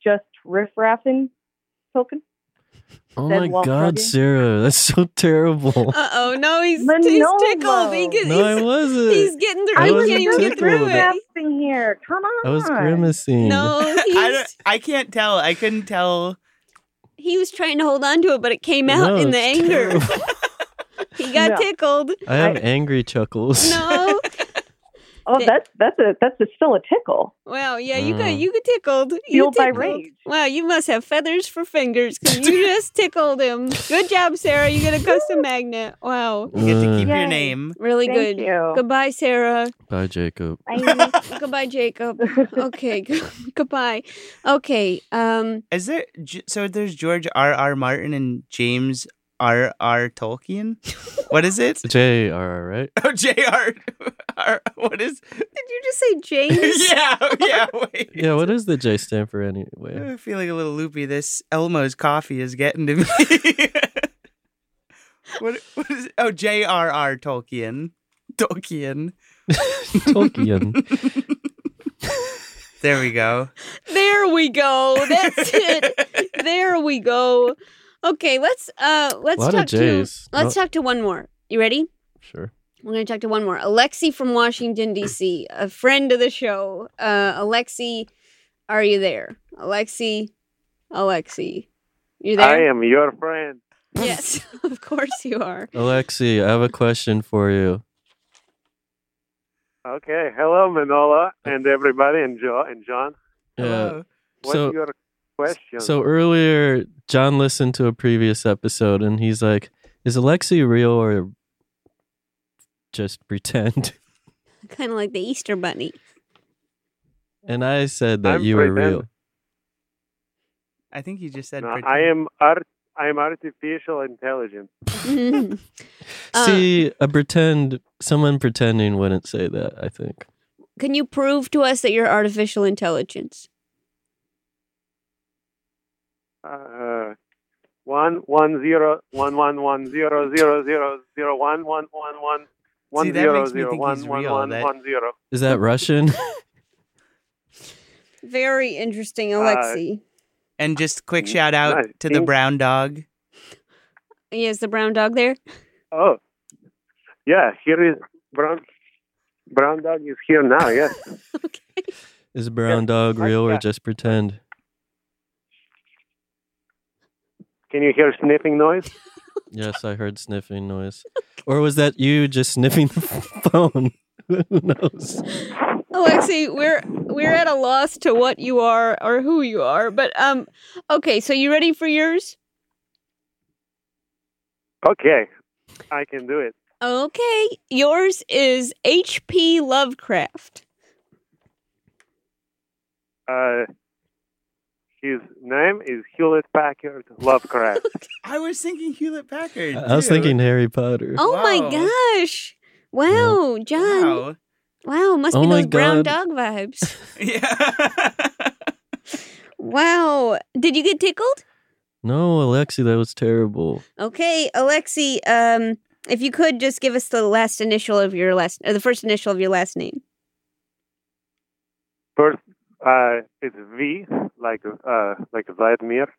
Speaker 10: just riffraffing, Tolkien.
Speaker 1: oh
Speaker 10: said
Speaker 1: my
Speaker 10: Walt
Speaker 1: God,
Speaker 10: Rugged.
Speaker 1: Sarah, that's so terrible.
Speaker 2: Uh oh, no, he's, he's tickled. He
Speaker 10: Manolo.
Speaker 2: get,
Speaker 1: no, I
Speaker 2: he's,
Speaker 1: wasn't.
Speaker 2: he's getting through.
Speaker 1: I
Speaker 2: he
Speaker 1: wasn't
Speaker 2: can't even get
Speaker 1: tickled.
Speaker 2: through it.
Speaker 5: Grasping here. Come on.
Speaker 1: I was grimacing.
Speaker 2: No,
Speaker 3: I, don't,
Speaker 2: he's,
Speaker 3: I can't tell. I couldn't tell.
Speaker 2: he was trying to hold on to it, but it came out
Speaker 1: No,
Speaker 2: in the
Speaker 1: it's
Speaker 2: anger.
Speaker 1: terrible.
Speaker 2: He got
Speaker 10: No.
Speaker 2: tickled.
Speaker 1: I have
Speaker 10: I-
Speaker 1: angry chuckles.
Speaker 2: No,
Speaker 10: Oh,
Speaker 2: Th-
Speaker 10: that's that's a that's a, still a tickle.
Speaker 2: wow, yeah, you got
Speaker 1: Mm.
Speaker 2: you got tickled. You
Speaker 10: Fueled by
Speaker 2: tickled.
Speaker 10: rage.
Speaker 2: Wow, you must have feathers for fingers because you just tickled him. Good job, Sarah. You get a custom magnet. Wow,
Speaker 3: You get to keep
Speaker 10: Yay.
Speaker 3: your name.
Speaker 2: really good.
Speaker 10: Thank you.
Speaker 2: Goodbye, Sarah.
Speaker 1: Bye, Jacob.
Speaker 10: I-
Speaker 2: goodbye, Jacob. Okay, g- goodbye. Okay, um,
Speaker 3: Is there J- so there's George R. R. Martin and James R. R. Tolkien? What is it?
Speaker 1: J.R., right?
Speaker 3: Oh, J. R. R. What is?
Speaker 2: did you just say James?
Speaker 3: Yeah, yeah. Wait.
Speaker 1: Yeah, what does the J stand for anyway?
Speaker 3: I'm feeling a little loopy. This Elmo's coffee is getting to me. what, what is? Oh, J.R.R. Tolkien. Tolkien.
Speaker 1: Tolkien.
Speaker 3: There we go.
Speaker 2: There we go. That's it. there we go. Okay, let's uh let's
Speaker 1: Lot of
Speaker 2: talk to
Speaker 1: J's.
Speaker 2: let's
Speaker 1: No-
Speaker 2: talk to one more. You ready?
Speaker 1: Sure.
Speaker 2: We're gonna talk to one more. Alexi from Washington D.C., a friend of the show. Uh, Alexi, are you there? Alexi, Alexi, you
Speaker 11: I
Speaker 2: there?
Speaker 11: am your friend.
Speaker 2: Yes, of course you are.
Speaker 1: Alexi, I have a question for you.
Speaker 11: Okay. Hello, Manola, and everybody, and, jo- and John.
Speaker 2: Uh,
Speaker 1: Yeah.
Speaker 3: Hello.
Speaker 11: What's
Speaker 1: So-
Speaker 11: your question?
Speaker 1: So
Speaker 2: er
Speaker 1: earlier, John listened to a previous episode and he's like, Is Alexi real or just pretend?
Speaker 2: Kind of like the Easter Bunny.
Speaker 1: And I said that
Speaker 11: I'm
Speaker 1: you were
Speaker 11: pretend.
Speaker 1: real.
Speaker 3: I think you just said.
Speaker 11: No, Uh, I
Speaker 3: pretend.
Speaker 11: am art. I am artificial intelligence.
Speaker 2: Uh,
Speaker 1: See, a pretend someone pretending wouldn't say that. I think.
Speaker 2: Can you prove to us that you're artificial intelligence?
Speaker 11: Uh, one one zero one one one zero zero zero zero one one one one
Speaker 3: See,
Speaker 11: one
Speaker 3: that
Speaker 11: zero
Speaker 3: makes me
Speaker 11: zero
Speaker 3: think
Speaker 11: one
Speaker 3: he's
Speaker 11: one
Speaker 3: real,
Speaker 11: one
Speaker 3: that-
Speaker 11: one zero.
Speaker 1: Is that Russian?
Speaker 2: Very interesting,
Speaker 11: Uh,
Speaker 2: Alexi.
Speaker 3: And just quick shout out
Speaker 11: nice.
Speaker 3: to the
Speaker 11: Thank-
Speaker 3: brown dog.
Speaker 2: He is the brown dog there?
Speaker 11: Oh, yeah. Here is brown. Brown dog is here now. Yes.
Speaker 1: Is brown dog real or
Speaker 11: yeah.
Speaker 1: just pretend?
Speaker 11: Can you hear sniffing noise?
Speaker 1: Yes, I heard sniffing noise. Or was that you just sniffing the phone? Who knows?
Speaker 2: Alexi, we're we're at a loss to what you are or who you are. But um okay, so you ready for yours?
Speaker 11: Okay, I can do it.
Speaker 2: Okay. Yours is H.P. Lovecraft.
Speaker 11: Uh, his name is Hewlett Packard Lovecraft.
Speaker 3: I was thinking Hewlett Packard.
Speaker 1: I was
Speaker 3: too.
Speaker 1: thinking Harry Potter.
Speaker 2: Oh
Speaker 3: Wow.
Speaker 2: my gosh. Wow, John. Wow,
Speaker 3: Wow.
Speaker 2: must
Speaker 1: Oh
Speaker 2: be
Speaker 1: my
Speaker 2: those brown
Speaker 1: God.
Speaker 2: dog vibes. wow. Did you get tickled?
Speaker 1: No, Alexi, that was terrible.
Speaker 2: Okay, Alexi, um if you could just give us the last initial of your last or the first initial of your last name.
Speaker 11: First, uh, it's V, like uh, like Vladimir.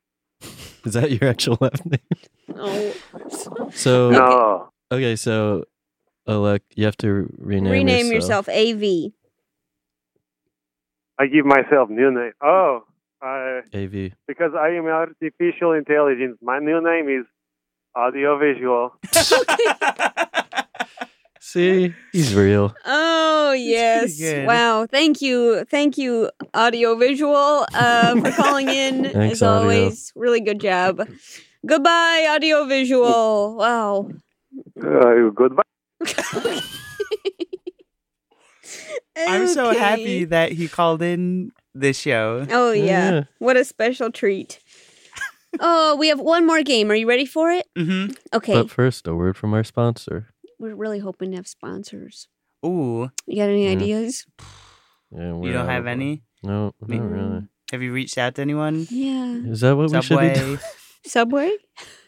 Speaker 1: Is that your actual last name?
Speaker 2: Oh.
Speaker 1: So
Speaker 11: No,
Speaker 1: okay, so Alec, you have to rename,
Speaker 2: Rename yourself AV.
Speaker 11: I give myself new name. Oh, uh,
Speaker 1: AV.
Speaker 11: because I am artificial intelligence. My new name is audiovisual.
Speaker 1: See, he's real.
Speaker 2: Oh yes!
Speaker 1: good.
Speaker 2: Wow! Thank you, thank you, audiovisual, uh, for calling in.
Speaker 1: Thanks,
Speaker 2: as
Speaker 1: audio.
Speaker 2: always, really good job. Goodbye, audiovisual. Wow.
Speaker 11: Uh, goodbye.
Speaker 3: I'm so
Speaker 2: Okay.
Speaker 3: happy that he called in this show.
Speaker 2: Oh yeah. What a special treat. oh, we have one more game. Are you ready for it?
Speaker 3: Mm-hmm.
Speaker 2: Okay.
Speaker 1: But first, a word from our sponsor.
Speaker 2: We're really hoping to have sponsors.
Speaker 3: Ooh,
Speaker 2: You got any
Speaker 1: Yeah.
Speaker 2: ideas?
Speaker 1: Yeah, we're
Speaker 3: you don't
Speaker 1: out
Speaker 3: have
Speaker 1: of-
Speaker 3: any?
Speaker 1: No,
Speaker 3: Me-
Speaker 1: not really.
Speaker 3: Have you reached out to anyone?
Speaker 2: Yeah.
Speaker 1: Is that what we should be doing?
Speaker 3: Subway.
Speaker 2: Subway.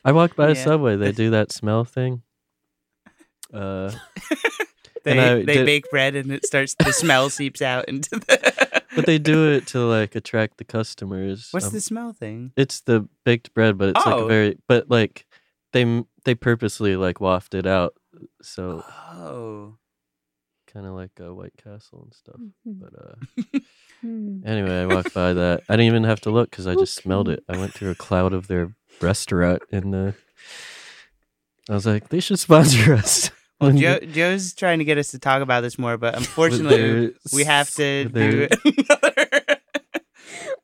Speaker 1: I walked by a
Speaker 3: Yeah.
Speaker 1: subway. They do that smell thing. Uh,
Speaker 3: They,
Speaker 1: And I
Speaker 3: they
Speaker 1: did-
Speaker 3: bake bread and it starts. The smell seeps out into the.
Speaker 1: but they do it to like attract the customers.
Speaker 3: What's
Speaker 1: Um,
Speaker 3: the smell thing?
Speaker 1: It's the baked bread, but it's like
Speaker 3: Oh.
Speaker 1: a very. But like they m- they purposely like waft it out, so
Speaker 3: Oh,
Speaker 1: kind of like a White Castle and stuff.
Speaker 10: Mm-hmm.
Speaker 1: But uh,
Speaker 2: Hmm.
Speaker 1: anyway, I walked by that. I didn't even have to look because I just smelled it. I went through a cloud of their restaurant, and uh, I was like, they should sponsor us.
Speaker 3: well,
Speaker 1: When
Speaker 3: Joe,
Speaker 1: they-
Speaker 3: Joe's trying to get us to talk about this more, but unfortunately,
Speaker 1: their-
Speaker 3: we have to
Speaker 1: with their-
Speaker 3: do another.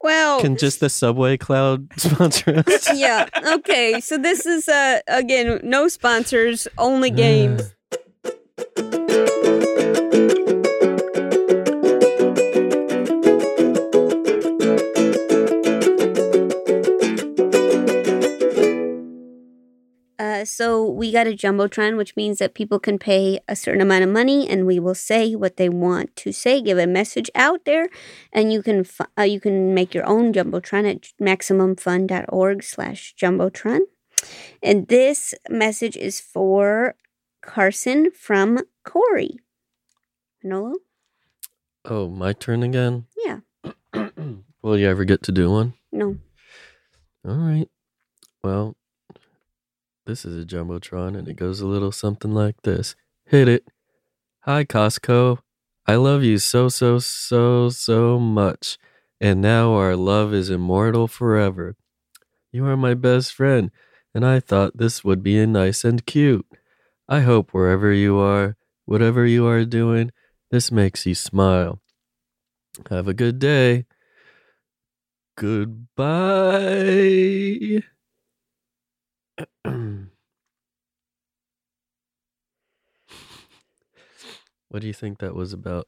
Speaker 2: Wow.
Speaker 1: Can just the subway cloud sponsor us?
Speaker 2: yeah. Okay. So this is uh again no sponsors, only games. Uh, so we got a jumbotron, which means that people can pay a certain amount of money, and we will say what they want to say, give a message out there, and you can fi- uh, you can make your own jumbotron at maximumfun.org/jumbotron. And this message is for Carson from Corey. Manolo?
Speaker 1: Oh, my turn again.
Speaker 2: Yeah.
Speaker 1: Will you ever get to do one?
Speaker 2: No.
Speaker 1: Hmm. All right. Well, this is a Jumbotron and it goes a little something like this Hit it. Hi, Costco. I love you so, so, so, so much. And now our love is immortal forever. You are my best friend, and I thought this would be nice and cute. I hope wherever you are, whatever you are doing, this makes you smile. Have a good day. Goodbye. what do you think that was about?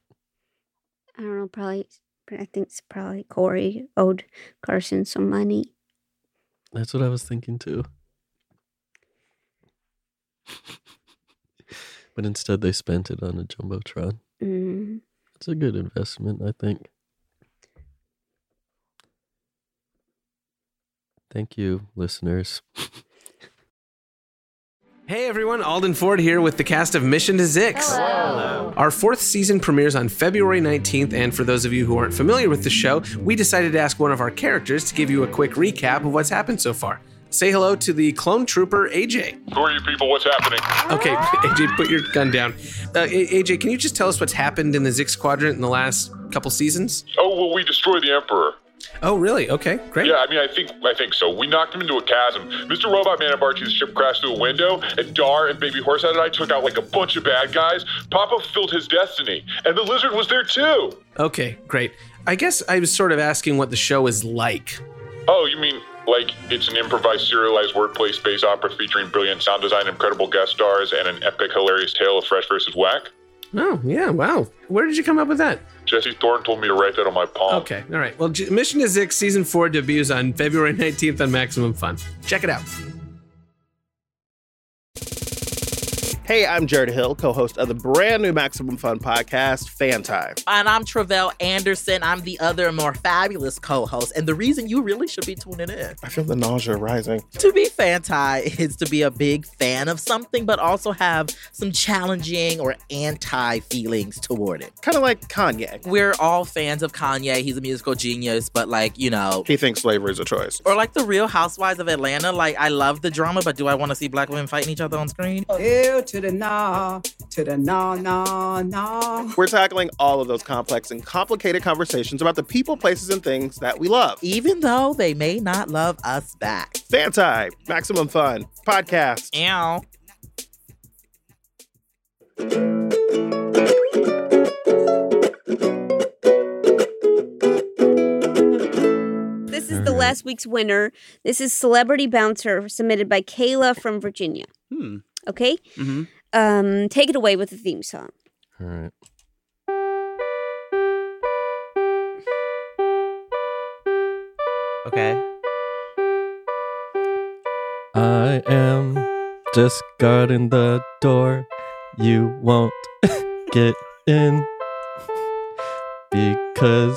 Speaker 2: I don't know, probably I think it's probably Corey owed Carson some money.
Speaker 1: That's what I was thinking too. But instead, they spent it on a jumbotron.
Speaker 2: Mm.
Speaker 1: It's a good investment, I think. Thank you, listeners.
Speaker 12: Hey everyone, Alden Ford here with the cast of Mission to Zix. Our fourth season premieres on February 19th, and for those of you who aren't familiar with the show, we decided to ask one of our characters to give you a quick recap of what's happened so far. Say hello to the clone trooper AJ.
Speaker 13: Who are you people? What's happening?
Speaker 12: Okay, AJ, put your gun down. Uh, A- AJ, can you just tell us what's happened in the Zix Quadrant in the last couple seasons?
Speaker 13: Oh, well, we destroyed the Emperor.
Speaker 12: Oh, really? Okay, great.
Speaker 13: Yeah, I mean, I think I think so. We knocked him into a chasm. Mr. Robot Man and Barchi's ship crashed through a window, and Dar and Baby Horsehead and I took out like a bunch of bad guys. Papa filled his destiny, and the lizard was there too.
Speaker 12: Okay, great. I guess I was sort of asking what the show is like.
Speaker 13: Oh, you mean like it's an improvised, serialized wordplay space opera featuring brilliant sound design, incredible guest stars, and an epic, hilarious tale of Fresh versus Whack?
Speaker 12: Oh, yeah, wow. Where did you come up with that?
Speaker 13: Jesse Thorne told me to write that on my palm.
Speaker 12: Okay, all right. Well, J- Mission to Zix season four debuts on February 19th on Maximum Fun. Check it out.
Speaker 14: Hey, I'm Jared Hill, co host of the brand new Maximum Fun podcast, Fan Time.
Speaker 15: And I'm Travelle Anderson. I'm the other more fabulous co host. And the reason you really should be tuning in
Speaker 14: I feel the nausea rising.
Speaker 15: to be anti is to be a big fan of something, but also have some challenging or anti feelings toward it.
Speaker 14: Kind of like Kanye.
Speaker 15: We're all fans of Kanye. He's a musical genius, but like, you know.
Speaker 14: He thinks slavery is a choice.
Speaker 15: Or like the Real Housewives of Atlanta. Like, I love the drama, but do I want to see black women fighting each other on screen?
Speaker 16: Ew to the nah, to the nah, nah, nah.
Speaker 14: We're tackling all of those complex and complicated conversations about the people, places, and things that we love.
Speaker 15: Even though Oh, they may not love us back.
Speaker 14: Fan Time, Maximum Fun podcast.
Speaker 15: Ow.
Speaker 2: This is the last week's winner. This is Celebrity Bouncer submitted by Kayla from Virginia.
Speaker 3: Hmm.
Speaker 2: Okay?
Speaker 3: Mm-hmm.
Speaker 2: Um, take it away with the theme song.
Speaker 1: All right.
Speaker 3: Okay.
Speaker 1: I am just guarding the door. You won't get in because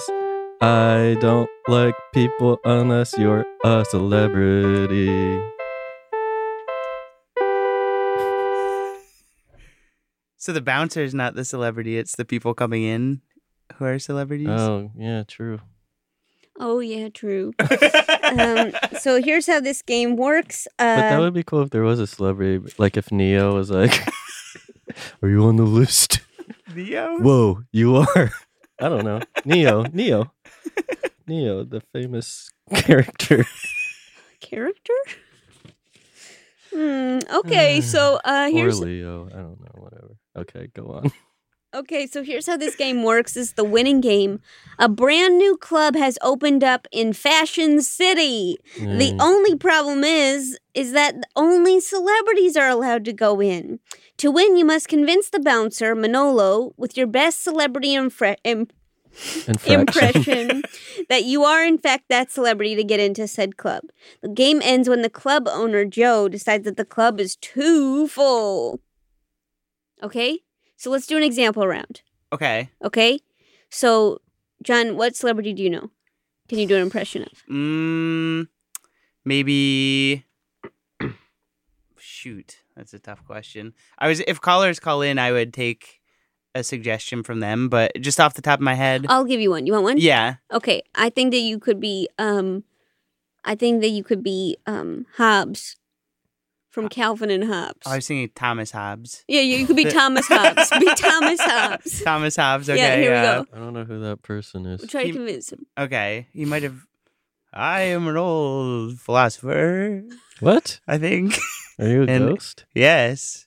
Speaker 1: I don't like people unless you're a celebrity.
Speaker 3: So the bouncer is not the celebrity; it's the people coming in who are celebrities.
Speaker 1: Oh, yeah, true.
Speaker 2: Oh yeah, true. um, so here's how this game works. Uh,
Speaker 1: But that would be cool if there was a celebrity, like if Neo was like, "Are you on the list?"
Speaker 3: Neo.
Speaker 1: Whoa, you are. I don't know. Neo, Neo, Neo, the famous character.
Speaker 2: character. Hmm, okay, so uh, here's
Speaker 1: or Leo. I don't know. Whatever. Okay, go on.
Speaker 2: Okay, so here's how this game works. This is the winning game. A brand new club has opened up in Fashion City. The
Speaker 1: Mm.
Speaker 2: only problem is is that only celebrities are allowed to go in. To win, you must convince the bouncer, Manolo, with your best celebrity infra- im- impression that you are in fact that celebrity to get into said club. The game ends when the club owner Joe decides that the club is too full. Okay? So let's do an example round.
Speaker 3: Okay.
Speaker 2: Okay? So, John, what celebrity do you know? Can you do an impression of?
Speaker 3: Mm, maybe. Shoot, that's a tough question. I was if callers call in, I would take a suggestion from them, but just off the top of my head,
Speaker 2: I'll give you one. You want one?
Speaker 3: yeah,
Speaker 2: Okay. I think that you could be um I think that you could be um Hobbes from Calvin and Hobbes.
Speaker 3: Oh, I was thinking Thomas Hobbes.
Speaker 2: Yeah, you, you could be
Speaker 3: The-
Speaker 2: Thomas Hobbes. Be Thomas Hobbes.
Speaker 3: Thomas Hobbes.
Speaker 2: Yeah,
Speaker 3: Okay,
Speaker 2: here we
Speaker 3: yeah.
Speaker 2: go.
Speaker 1: I don't know who that person is.
Speaker 2: We'll try to convince him.
Speaker 3: Okay, he might have. I am an old philosopher.
Speaker 1: What?
Speaker 3: I think.
Speaker 1: Are you a
Speaker 3: And-
Speaker 1: ghost?
Speaker 3: Yes.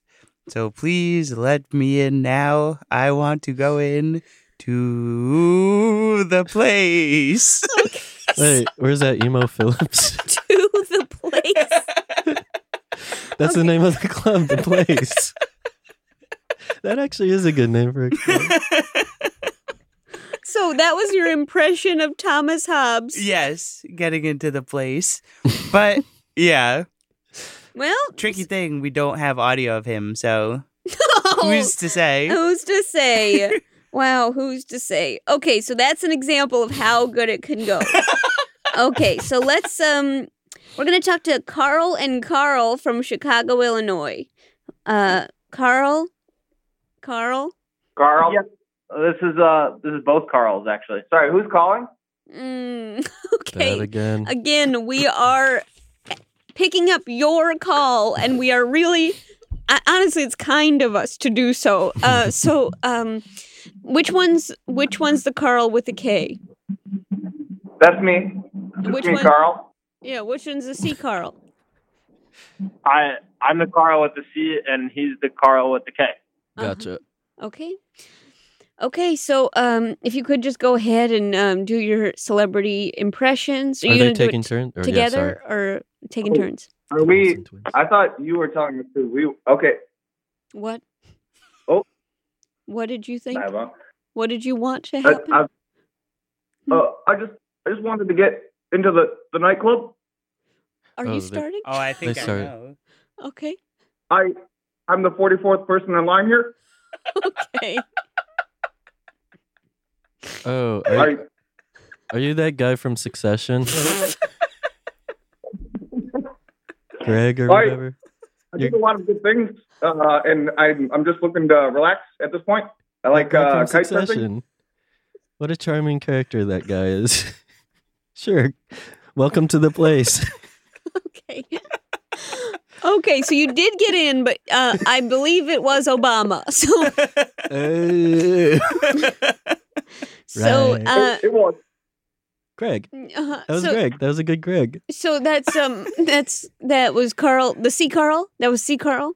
Speaker 3: So please let me in now. I want to go in to the place.
Speaker 1: Wait, where's that emo Phillips?
Speaker 2: to the place.
Speaker 1: That's the name of the club, the place. that actually is a good name for a club.
Speaker 2: So that was your impression of Thomas Hobbes.
Speaker 3: yes, getting into the place. But Yeah.
Speaker 2: Well,
Speaker 3: tricky thing, we don't have audio of him, so
Speaker 2: Oh.
Speaker 3: who's to say?
Speaker 2: Who's to say? wow, who's to say? Okay, so that's an example of how good it can go. okay, so let's um we're going to talk to Carl and Carl from Chicago, Illinois. Uh Carl? Carl?
Speaker 17: Carl. This is uh this is both Carls actually. Sorry, who's calling?
Speaker 2: Mm,
Speaker 1: That again.
Speaker 2: again, we are picking up your call and we are really I- honestly it's kind of us to do so. Uh so um which one's which one's the Carl with the K?
Speaker 17: That's me. That's
Speaker 2: Which
Speaker 17: me,
Speaker 2: one?
Speaker 17: Carl.
Speaker 2: Yeah, which one's the C Carl?
Speaker 17: I I'm the Carl with the C, and he's the Carl with the K.
Speaker 1: Gotcha.
Speaker 2: Okay. Okay, so um, if you could just go ahead and um, do your celebrity impressions.
Speaker 1: Are
Speaker 2: you
Speaker 1: they
Speaker 2: gonna do it
Speaker 1: taking turn- or- yeah,
Speaker 2: together or taking
Speaker 17: Oh.
Speaker 2: turns?
Speaker 17: Are we? I thought you were talking to we. Okay.
Speaker 2: What?
Speaker 17: Oh.
Speaker 2: What did you think?
Speaker 17: I won't.
Speaker 2: What did you want to
Speaker 17: I,
Speaker 2: happen?
Speaker 17: I, uh, I just I just wanted to get into the the nightclub.
Speaker 2: Are you starting?
Speaker 3: Oh, I think
Speaker 17: They
Speaker 3: I
Speaker 17: started.
Speaker 3: know.
Speaker 2: Okay.
Speaker 17: I I'm the 44th person in line here.
Speaker 2: Okay.
Speaker 1: Oh, are, you- are you that guy from Succession? Greg or
Speaker 17: All right.
Speaker 1: whatever?
Speaker 17: I did a lot of good things, uh, and I'm I'm just looking to relax at this point. I like
Speaker 1: Guy
Speaker 17: uh,
Speaker 1: from
Speaker 17: kite surfing.
Speaker 1: Succession. What a charming character that guy is. sure. Welcome to the place.
Speaker 2: Okay, so you did get in, but uh, I believe it was Obama. So,
Speaker 1: Uh,
Speaker 2: so
Speaker 1: Right.
Speaker 2: uh,
Speaker 1: Greg.
Speaker 2: uh,
Speaker 1: That was
Speaker 2: so,
Speaker 1: Greg. That was a good Greg.
Speaker 2: So that's um, that's that was Carl, the C Carl. That was C Carl.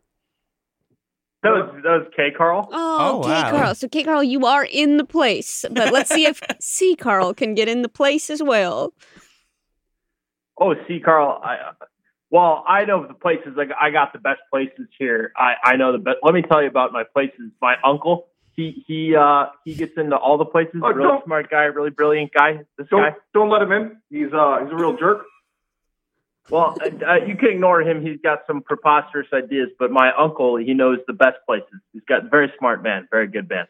Speaker 17: That was that was K Carl.
Speaker 2: Oh, K Carl. So K Carl, you are in the place, but let's see if C Carl can get in the place as well.
Speaker 17: Oh, see, Carl. I, well, I know the places. Like, I got the best places here. I, I know the best. Let me tell you about my places. My uncle, he he uh he gets into all the places.
Speaker 11: Oh,
Speaker 17: really
Speaker 11: don't-
Speaker 17: smart guy, really brilliant guy. This guy. Don't let him in. He's uh he's a real jerk. Well, uh, you can ignore him. He's got some preposterous ideas. But my uncle, he knows the best places. He's got very smart man, very good man.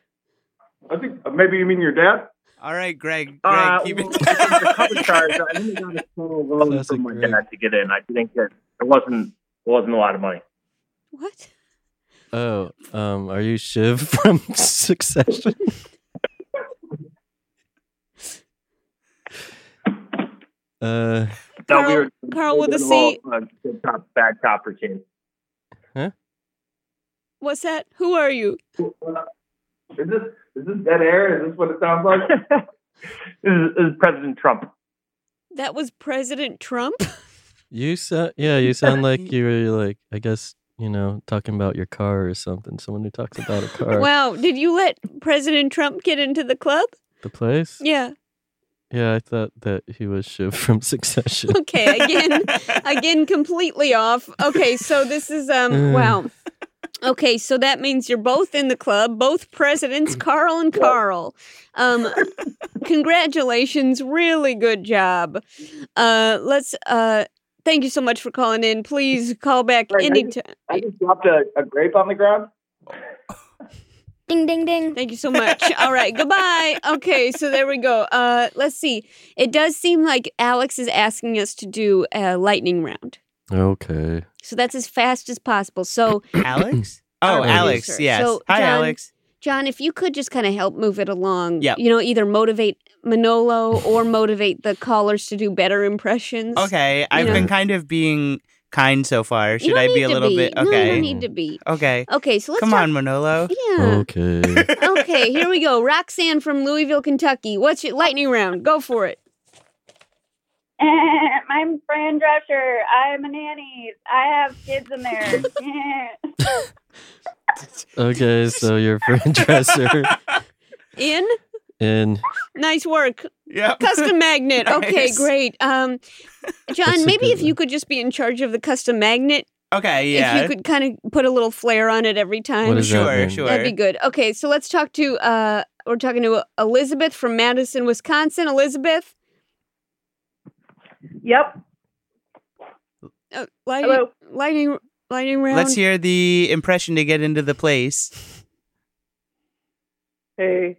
Speaker 17: I think uh, maybe you mean your dad.
Speaker 3: All right, Greg. Greg,
Speaker 17: Uh,
Speaker 3: keep
Speaker 17: well, I think the cover charge. I only got a small loan from my dad to get in. I think that it wasn't it wasn't a lot of money.
Speaker 1: Oh, um, are you Shiv from Succession? uh,
Speaker 17: No, we were-
Speaker 2: Carl with
Speaker 17: we
Speaker 2: a
Speaker 17: were all,
Speaker 2: C.
Speaker 17: uh, good cop, bad cop routine.
Speaker 2: What's that? Who are you?
Speaker 17: Uh, Is this is this dead air? Is this what it sounds like? this, is, this is President Trump.
Speaker 2: That was President Trump.
Speaker 1: you sound yeah, you sound like you were like I guess you know talking about your car or something. Someone who talks about a car.
Speaker 2: Wow, did you let President Trump get into the club?
Speaker 1: The place.
Speaker 2: Yeah.
Speaker 1: Yeah, I thought that he was Shiv from Succession.
Speaker 2: Okay, again, again, completely off. Okay, so this is um,
Speaker 1: Mm.
Speaker 2: wow. Okay, so that means you're both in the club, both presidents, Carl and Carl. Um, congratulations, really good job. Uh, let's uh, thank you so much for calling in. Please call back anytime.
Speaker 17: I just dropped a, a grape on the ground.
Speaker 2: Ding ding ding. Thank you so much. All right, goodbye. Okay, so there we go. Uh let's see. It does seem like Alex is asking us to do a lightning round.
Speaker 1: okay.
Speaker 2: So that's as fast as possible. So
Speaker 3: Alex? Oh,
Speaker 2: Our
Speaker 3: Alex.
Speaker 2: producer.
Speaker 3: Yes.
Speaker 2: So,
Speaker 3: Hi,
Speaker 2: John,
Speaker 3: Alex.
Speaker 2: John, if you could just kind of help move it along.
Speaker 3: Yep.
Speaker 2: You know, either motivate Manolo or motivate the callers to do better impressions.
Speaker 3: Okay, I've
Speaker 2: know-
Speaker 3: been kind of being kind so far.
Speaker 2: You
Speaker 3: Should
Speaker 2: don't
Speaker 3: I
Speaker 2: need
Speaker 3: be a
Speaker 2: to
Speaker 3: little bit?
Speaker 2: No, you
Speaker 3: Okay.
Speaker 2: don't need to be.
Speaker 3: Okay.
Speaker 2: Okay, so let's
Speaker 3: Come
Speaker 2: talk-
Speaker 3: on, Manolo.
Speaker 2: Yeah.
Speaker 1: Okay.
Speaker 2: okay, here we go. Roxanne from Louisville, Kentucky. What's your lightning round? Go for it.
Speaker 5: I'm Fran Drescher. I'm a nanny. I have kids in there.
Speaker 1: Okay, so your friend dresser
Speaker 2: In?
Speaker 1: in
Speaker 2: Nice work.
Speaker 3: Yeah.
Speaker 2: Custom magnet. Okay,
Speaker 3: Nice.
Speaker 2: great. Um,
Speaker 1: That's
Speaker 2: John,
Speaker 1: a
Speaker 2: maybe
Speaker 1: good
Speaker 2: if you could just be in charge of the custom magnet.
Speaker 3: Okay. Yeah.
Speaker 2: If you could kind of put a little flair on it every time.
Speaker 3: What does that Sure, mean? sure.
Speaker 2: That'd be good. Okay, so let's talk to uh we're talking to Elizabeth from Madison, Wisconsin. Elizabeth?
Speaker 10: Yep.
Speaker 2: Uh, lightning,
Speaker 10: Hello?
Speaker 2: lightning, lightning round.
Speaker 3: Let's hear the impression to get into the place
Speaker 10: Hey,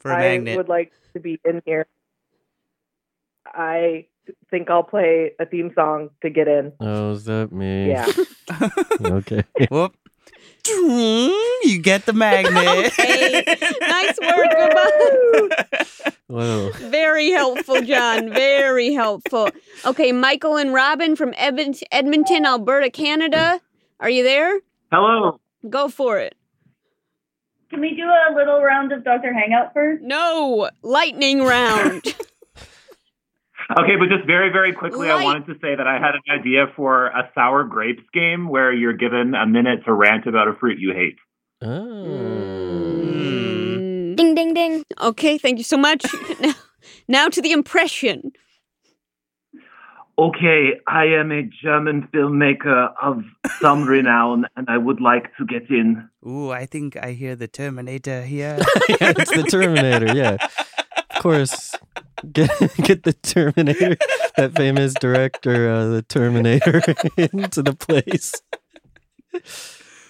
Speaker 3: for a
Speaker 10: I
Speaker 3: magnet.
Speaker 10: would like to be in here. I think I'll play a theme song to get in.
Speaker 1: Oh, is that me?
Speaker 10: Yeah.
Speaker 1: okay.
Speaker 3: Whoop. You get the magnet.
Speaker 2: Hey, nice work. Goodbye.
Speaker 1: Whoa.
Speaker 2: Very helpful, John. Very helpful. Okay, Michael and Robin from Edmont- Edmonton, Alberta, Canada. Are you there?
Speaker 17: Hello.
Speaker 2: Go for it.
Speaker 5: Can we do a little round of Dr. Hangout first?
Speaker 2: No, lightning round.
Speaker 18: Okay, but just very, very quickly,
Speaker 2: Light.
Speaker 18: I wanted to say that I had an idea for a sour grapes game where you're given a minute to rant about a fruit you hate.
Speaker 2: ding, ding, ding. Okay, thank you so much. now, now to the impression.
Speaker 17: Okay, I am a German filmmaker of some renown, and I would like to get in.
Speaker 3: Ooh, I think I hear the Terminator here.
Speaker 1: yeah, it's the Terminator. Yeah, of course. Get get the Terminator, that famous director, uh, the Terminator, into the place.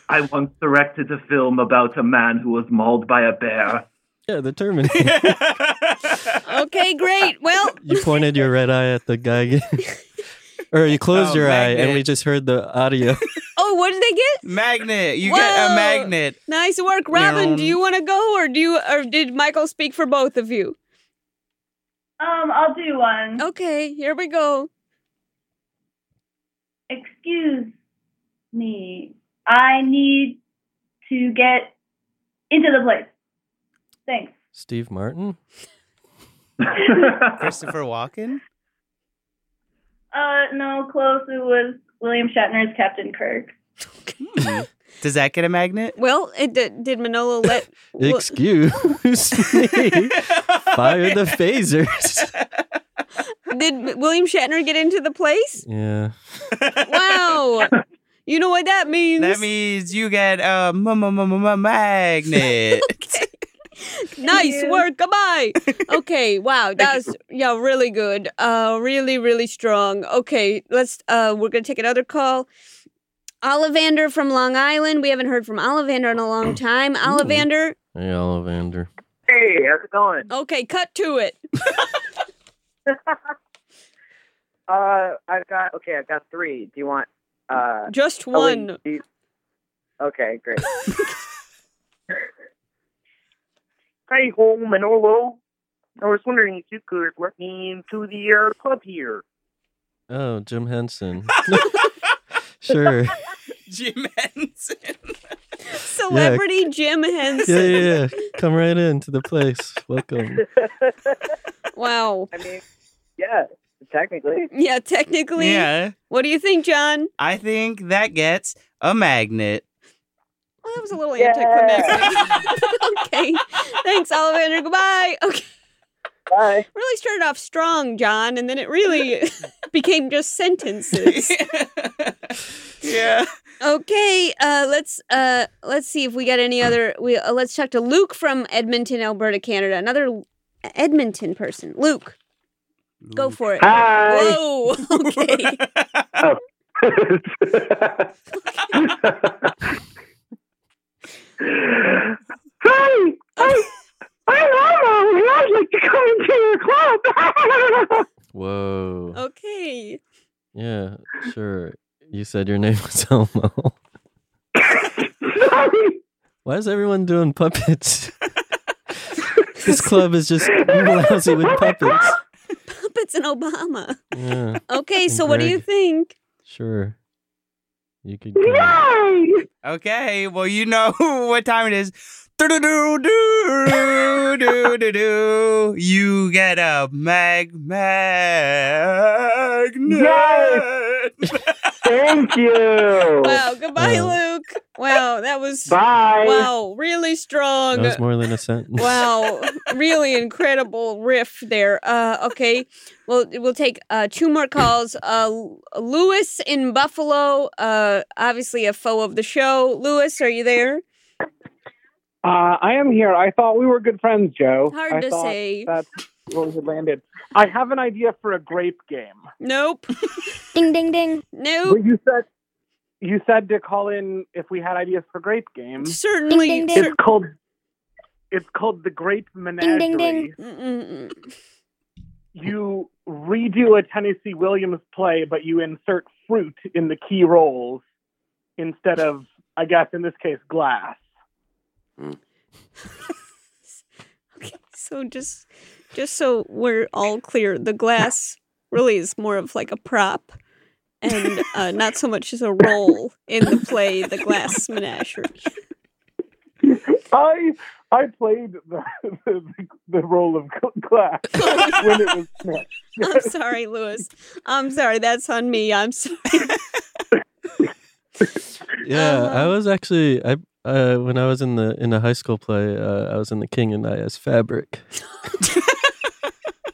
Speaker 17: I once directed a film about a man who was mauled by a bear.
Speaker 1: Yeah, the Terminator.
Speaker 2: Okay, great. Well,
Speaker 1: You pointed your red eye at the guy, or you closed
Speaker 3: Oh,
Speaker 1: your eye,
Speaker 3: magnet.
Speaker 1: and we just heard the audio.
Speaker 2: oh, what did they get?
Speaker 3: magnet. You get
Speaker 2: Whoa.
Speaker 3: a magnet.
Speaker 2: Nice work, Robin. Do you want to go, or do you, or did Michael speak for both of you?
Speaker 5: Um, I'll do one.
Speaker 2: Okay, here we go.
Speaker 5: Excuse me. I need to get into the place. Thanks.
Speaker 1: Steve Martin.
Speaker 3: Christopher Walken.
Speaker 5: Uh, no, close. It was William Shatner's Captain Kirk.
Speaker 3: Does that get a magnet?
Speaker 2: Well, it did, did Manolo let?
Speaker 1: Excuse me. Fire the phasers.
Speaker 2: Did William Shatner get into the place?
Speaker 1: Yeah.
Speaker 2: Wow. You know what that means?
Speaker 3: That means you get a m- m- m- m- m- magnet.
Speaker 2: nice
Speaker 5: you.
Speaker 2: work. Goodbye. Okay. Wow. That's yeah, really good. Uh, really, really strong. Okay. Let's. Uh, we're gonna take another call. Ollivander from Long Island. We haven't heard from Ollivander in a long time. Ollivander.
Speaker 1: Hey, Ollivander.
Speaker 19: Hey, how's it going?
Speaker 2: Okay, cut to it.
Speaker 7: Uh, I've got okay. I've got three. Do you want uh
Speaker 2: just
Speaker 7: oh, wait,
Speaker 2: one.
Speaker 7: do you- okay, great.
Speaker 19: Hey, ho, Manolo. I was wondering if you could let me into the uh, club here.
Speaker 1: Oh, Jim Henson. sure.
Speaker 3: Jim Henson.
Speaker 2: Celebrity Jim Henson.
Speaker 1: Yeah, yeah, yeah. Come right in to the place. Welcome.
Speaker 2: Wow.
Speaker 7: I mean, yeah, technically.
Speaker 2: Yeah, technically.
Speaker 3: Yeah.
Speaker 2: What do you think, John?
Speaker 3: I think that gets a magnet.
Speaker 2: Well, that was a little anticlimactic. okay. Thanks, Ollivander. Goodbye. Okay.
Speaker 7: Bye.
Speaker 2: Really started off strong, John, and then it really became just sentences.
Speaker 3: yeah.
Speaker 2: Okay, uh, let's uh, let's see if we got any other. We uh, let's talk to Luke from Edmonton, Alberta, Canada. Another Edmonton person, Luke. Go for it.
Speaker 19: Hi.
Speaker 2: Whoa. Okay.
Speaker 19: Hey, hey, hey, Manolo, I'd like to come into your club.
Speaker 1: Whoa.
Speaker 2: okay.
Speaker 1: Yeah, sure. You said your name was Elmo. Why is everyone doing puppets? this club is just lousy with puppets.
Speaker 2: Puppets and Obama.
Speaker 1: Yeah,
Speaker 2: Okay,
Speaker 1: And
Speaker 2: so what do you
Speaker 1: Greg.
Speaker 2: think?
Speaker 1: sure. You could.
Speaker 3: Okay, well, you know what time it is. Do-do-do-do-do-do-do. You get a mag magnet.
Speaker 19: Thank you.
Speaker 2: Wow, goodbye, Luke. Wow, that was
Speaker 19: Bye.
Speaker 2: Wow, really strong.
Speaker 1: That was more than a sentence.
Speaker 2: wow, really incredible riff there. Uh, okay, well, we'll take uh, two more calls. Uh, Lewis in Buffalo, uh, obviously a foe of the show. Lewis, are you there?
Speaker 20: Uh, I am here. I thought we were good friends, Joe.
Speaker 2: Hard
Speaker 20: I
Speaker 2: to
Speaker 20: thought
Speaker 2: say.
Speaker 20: That's, Roy had landed. I have an idea for a grape game.
Speaker 2: Nope. ding ding ding. Nope.
Speaker 20: Well, you said you said to call in if we had ideas for grape games.
Speaker 2: Certainly. Ding, ding, ding.
Speaker 20: It's called it's called the grape menagerie.
Speaker 2: Ding ding ding. Mm-mm.
Speaker 20: You redo a Tennessee Williams play, but you insert fruit in the key roles instead of, I guess, in this case, glass.
Speaker 2: So just just so we're all clear, the glass really is more of like a prop and uh, not so much as a role in the play The Glass Menagerie.
Speaker 20: I I played the, the, the role of glass when it was.
Speaker 2: I'm sorry, Lewis. I'm sorry. That's on me. I'm sorry.
Speaker 1: Yeah, I was actually I uh, when I was in the in a high school play, uh, I was in the King and I as Fabric.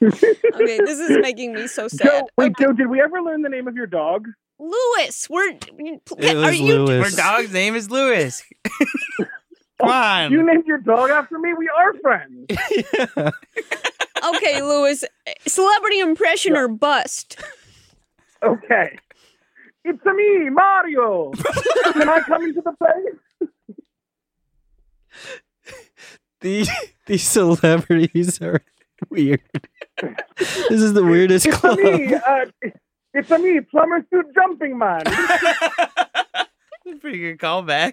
Speaker 2: Okay, this is making me so sad.
Speaker 20: Joe, wait, Joe, did we ever learn the name of your dog?
Speaker 2: Lewis, we're
Speaker 3: It
Speaker 2: are
Speaker 3: was
Speaker 2: you
Speaker 3: Her dog's name is Lewis. Come on.
Speaker 20: You named your dog after me. We are friends.
Speaker 2: okay, Lewis? Celebrity impression or bust?
Speaker 20: Okay. It's me, Mario. Can I come into the play?
Speaker 1: The these celebrities are weird. this is the weirdest
Speaker 20: It's
Speaker 1: club.
Speaker 20: me. Uh, it's me, plumber suit jumping man.
Speaker 3: Pretty good callback.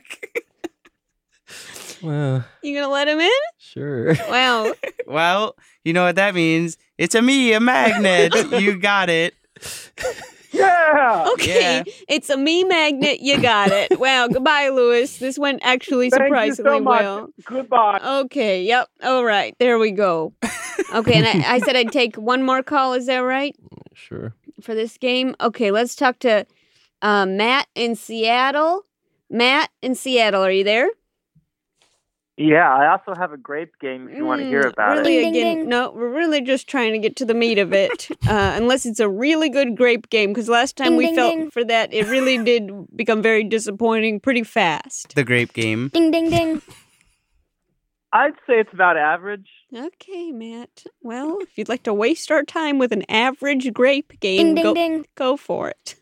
Speaker 1: Wow,
Speaker 2: You gonna let him in?
Speaker 1: sure.
Speaker 2: Wow.
Speaker 3: Well, you know what that means. It's a me, a magnet. you got it.
Speaker 20: Yeah.
Speaker 2: Okay, it's a me magnet. You got it. Wow. Goodbye, Lewis. This went actually
Speaker 20: Thank you so
Speaker 2: surprisingly
Speaker 20: much.
Speaker 2: well.
Speaker 20: Goodbye.
Speaker 2: Okay. Yep. All right. There we go. Okay, and I, I said I'd take one more call. Is that right
Speaker 1: Sure.
Speaker 2: for this game? Okay, let's talk to uh, Matt in Seattle. Matt in Seattle, are you there?
Speaker 21: Yeah, I also have a grape game if you want to hear about
Speaker 2: Mm, really
Speaker 21: it.
Speaker 2: again no we're really just trying to get to the meat of it uh, unless it's a really good grape game because last
Speaker 21: Ding,
Speaker 2: time we
Speaker 21: ding,
Speaker 2: felt
Speaker 21: ding.
Speaker 2: for that it really did become very disappointing pretty fast
Speaker 3: The grape game.
Speaker 2: ding ding ding
Speaker 21: I'd say it's about average.
Speaker 2: okay matt well if you'd like to waste our time with an average grape
Speaker 21: Ding,
Speaker 2: game
Speaker 21: ding,
Speaker 2: go,
Speaker 21: ding.
Speaker 2: go for it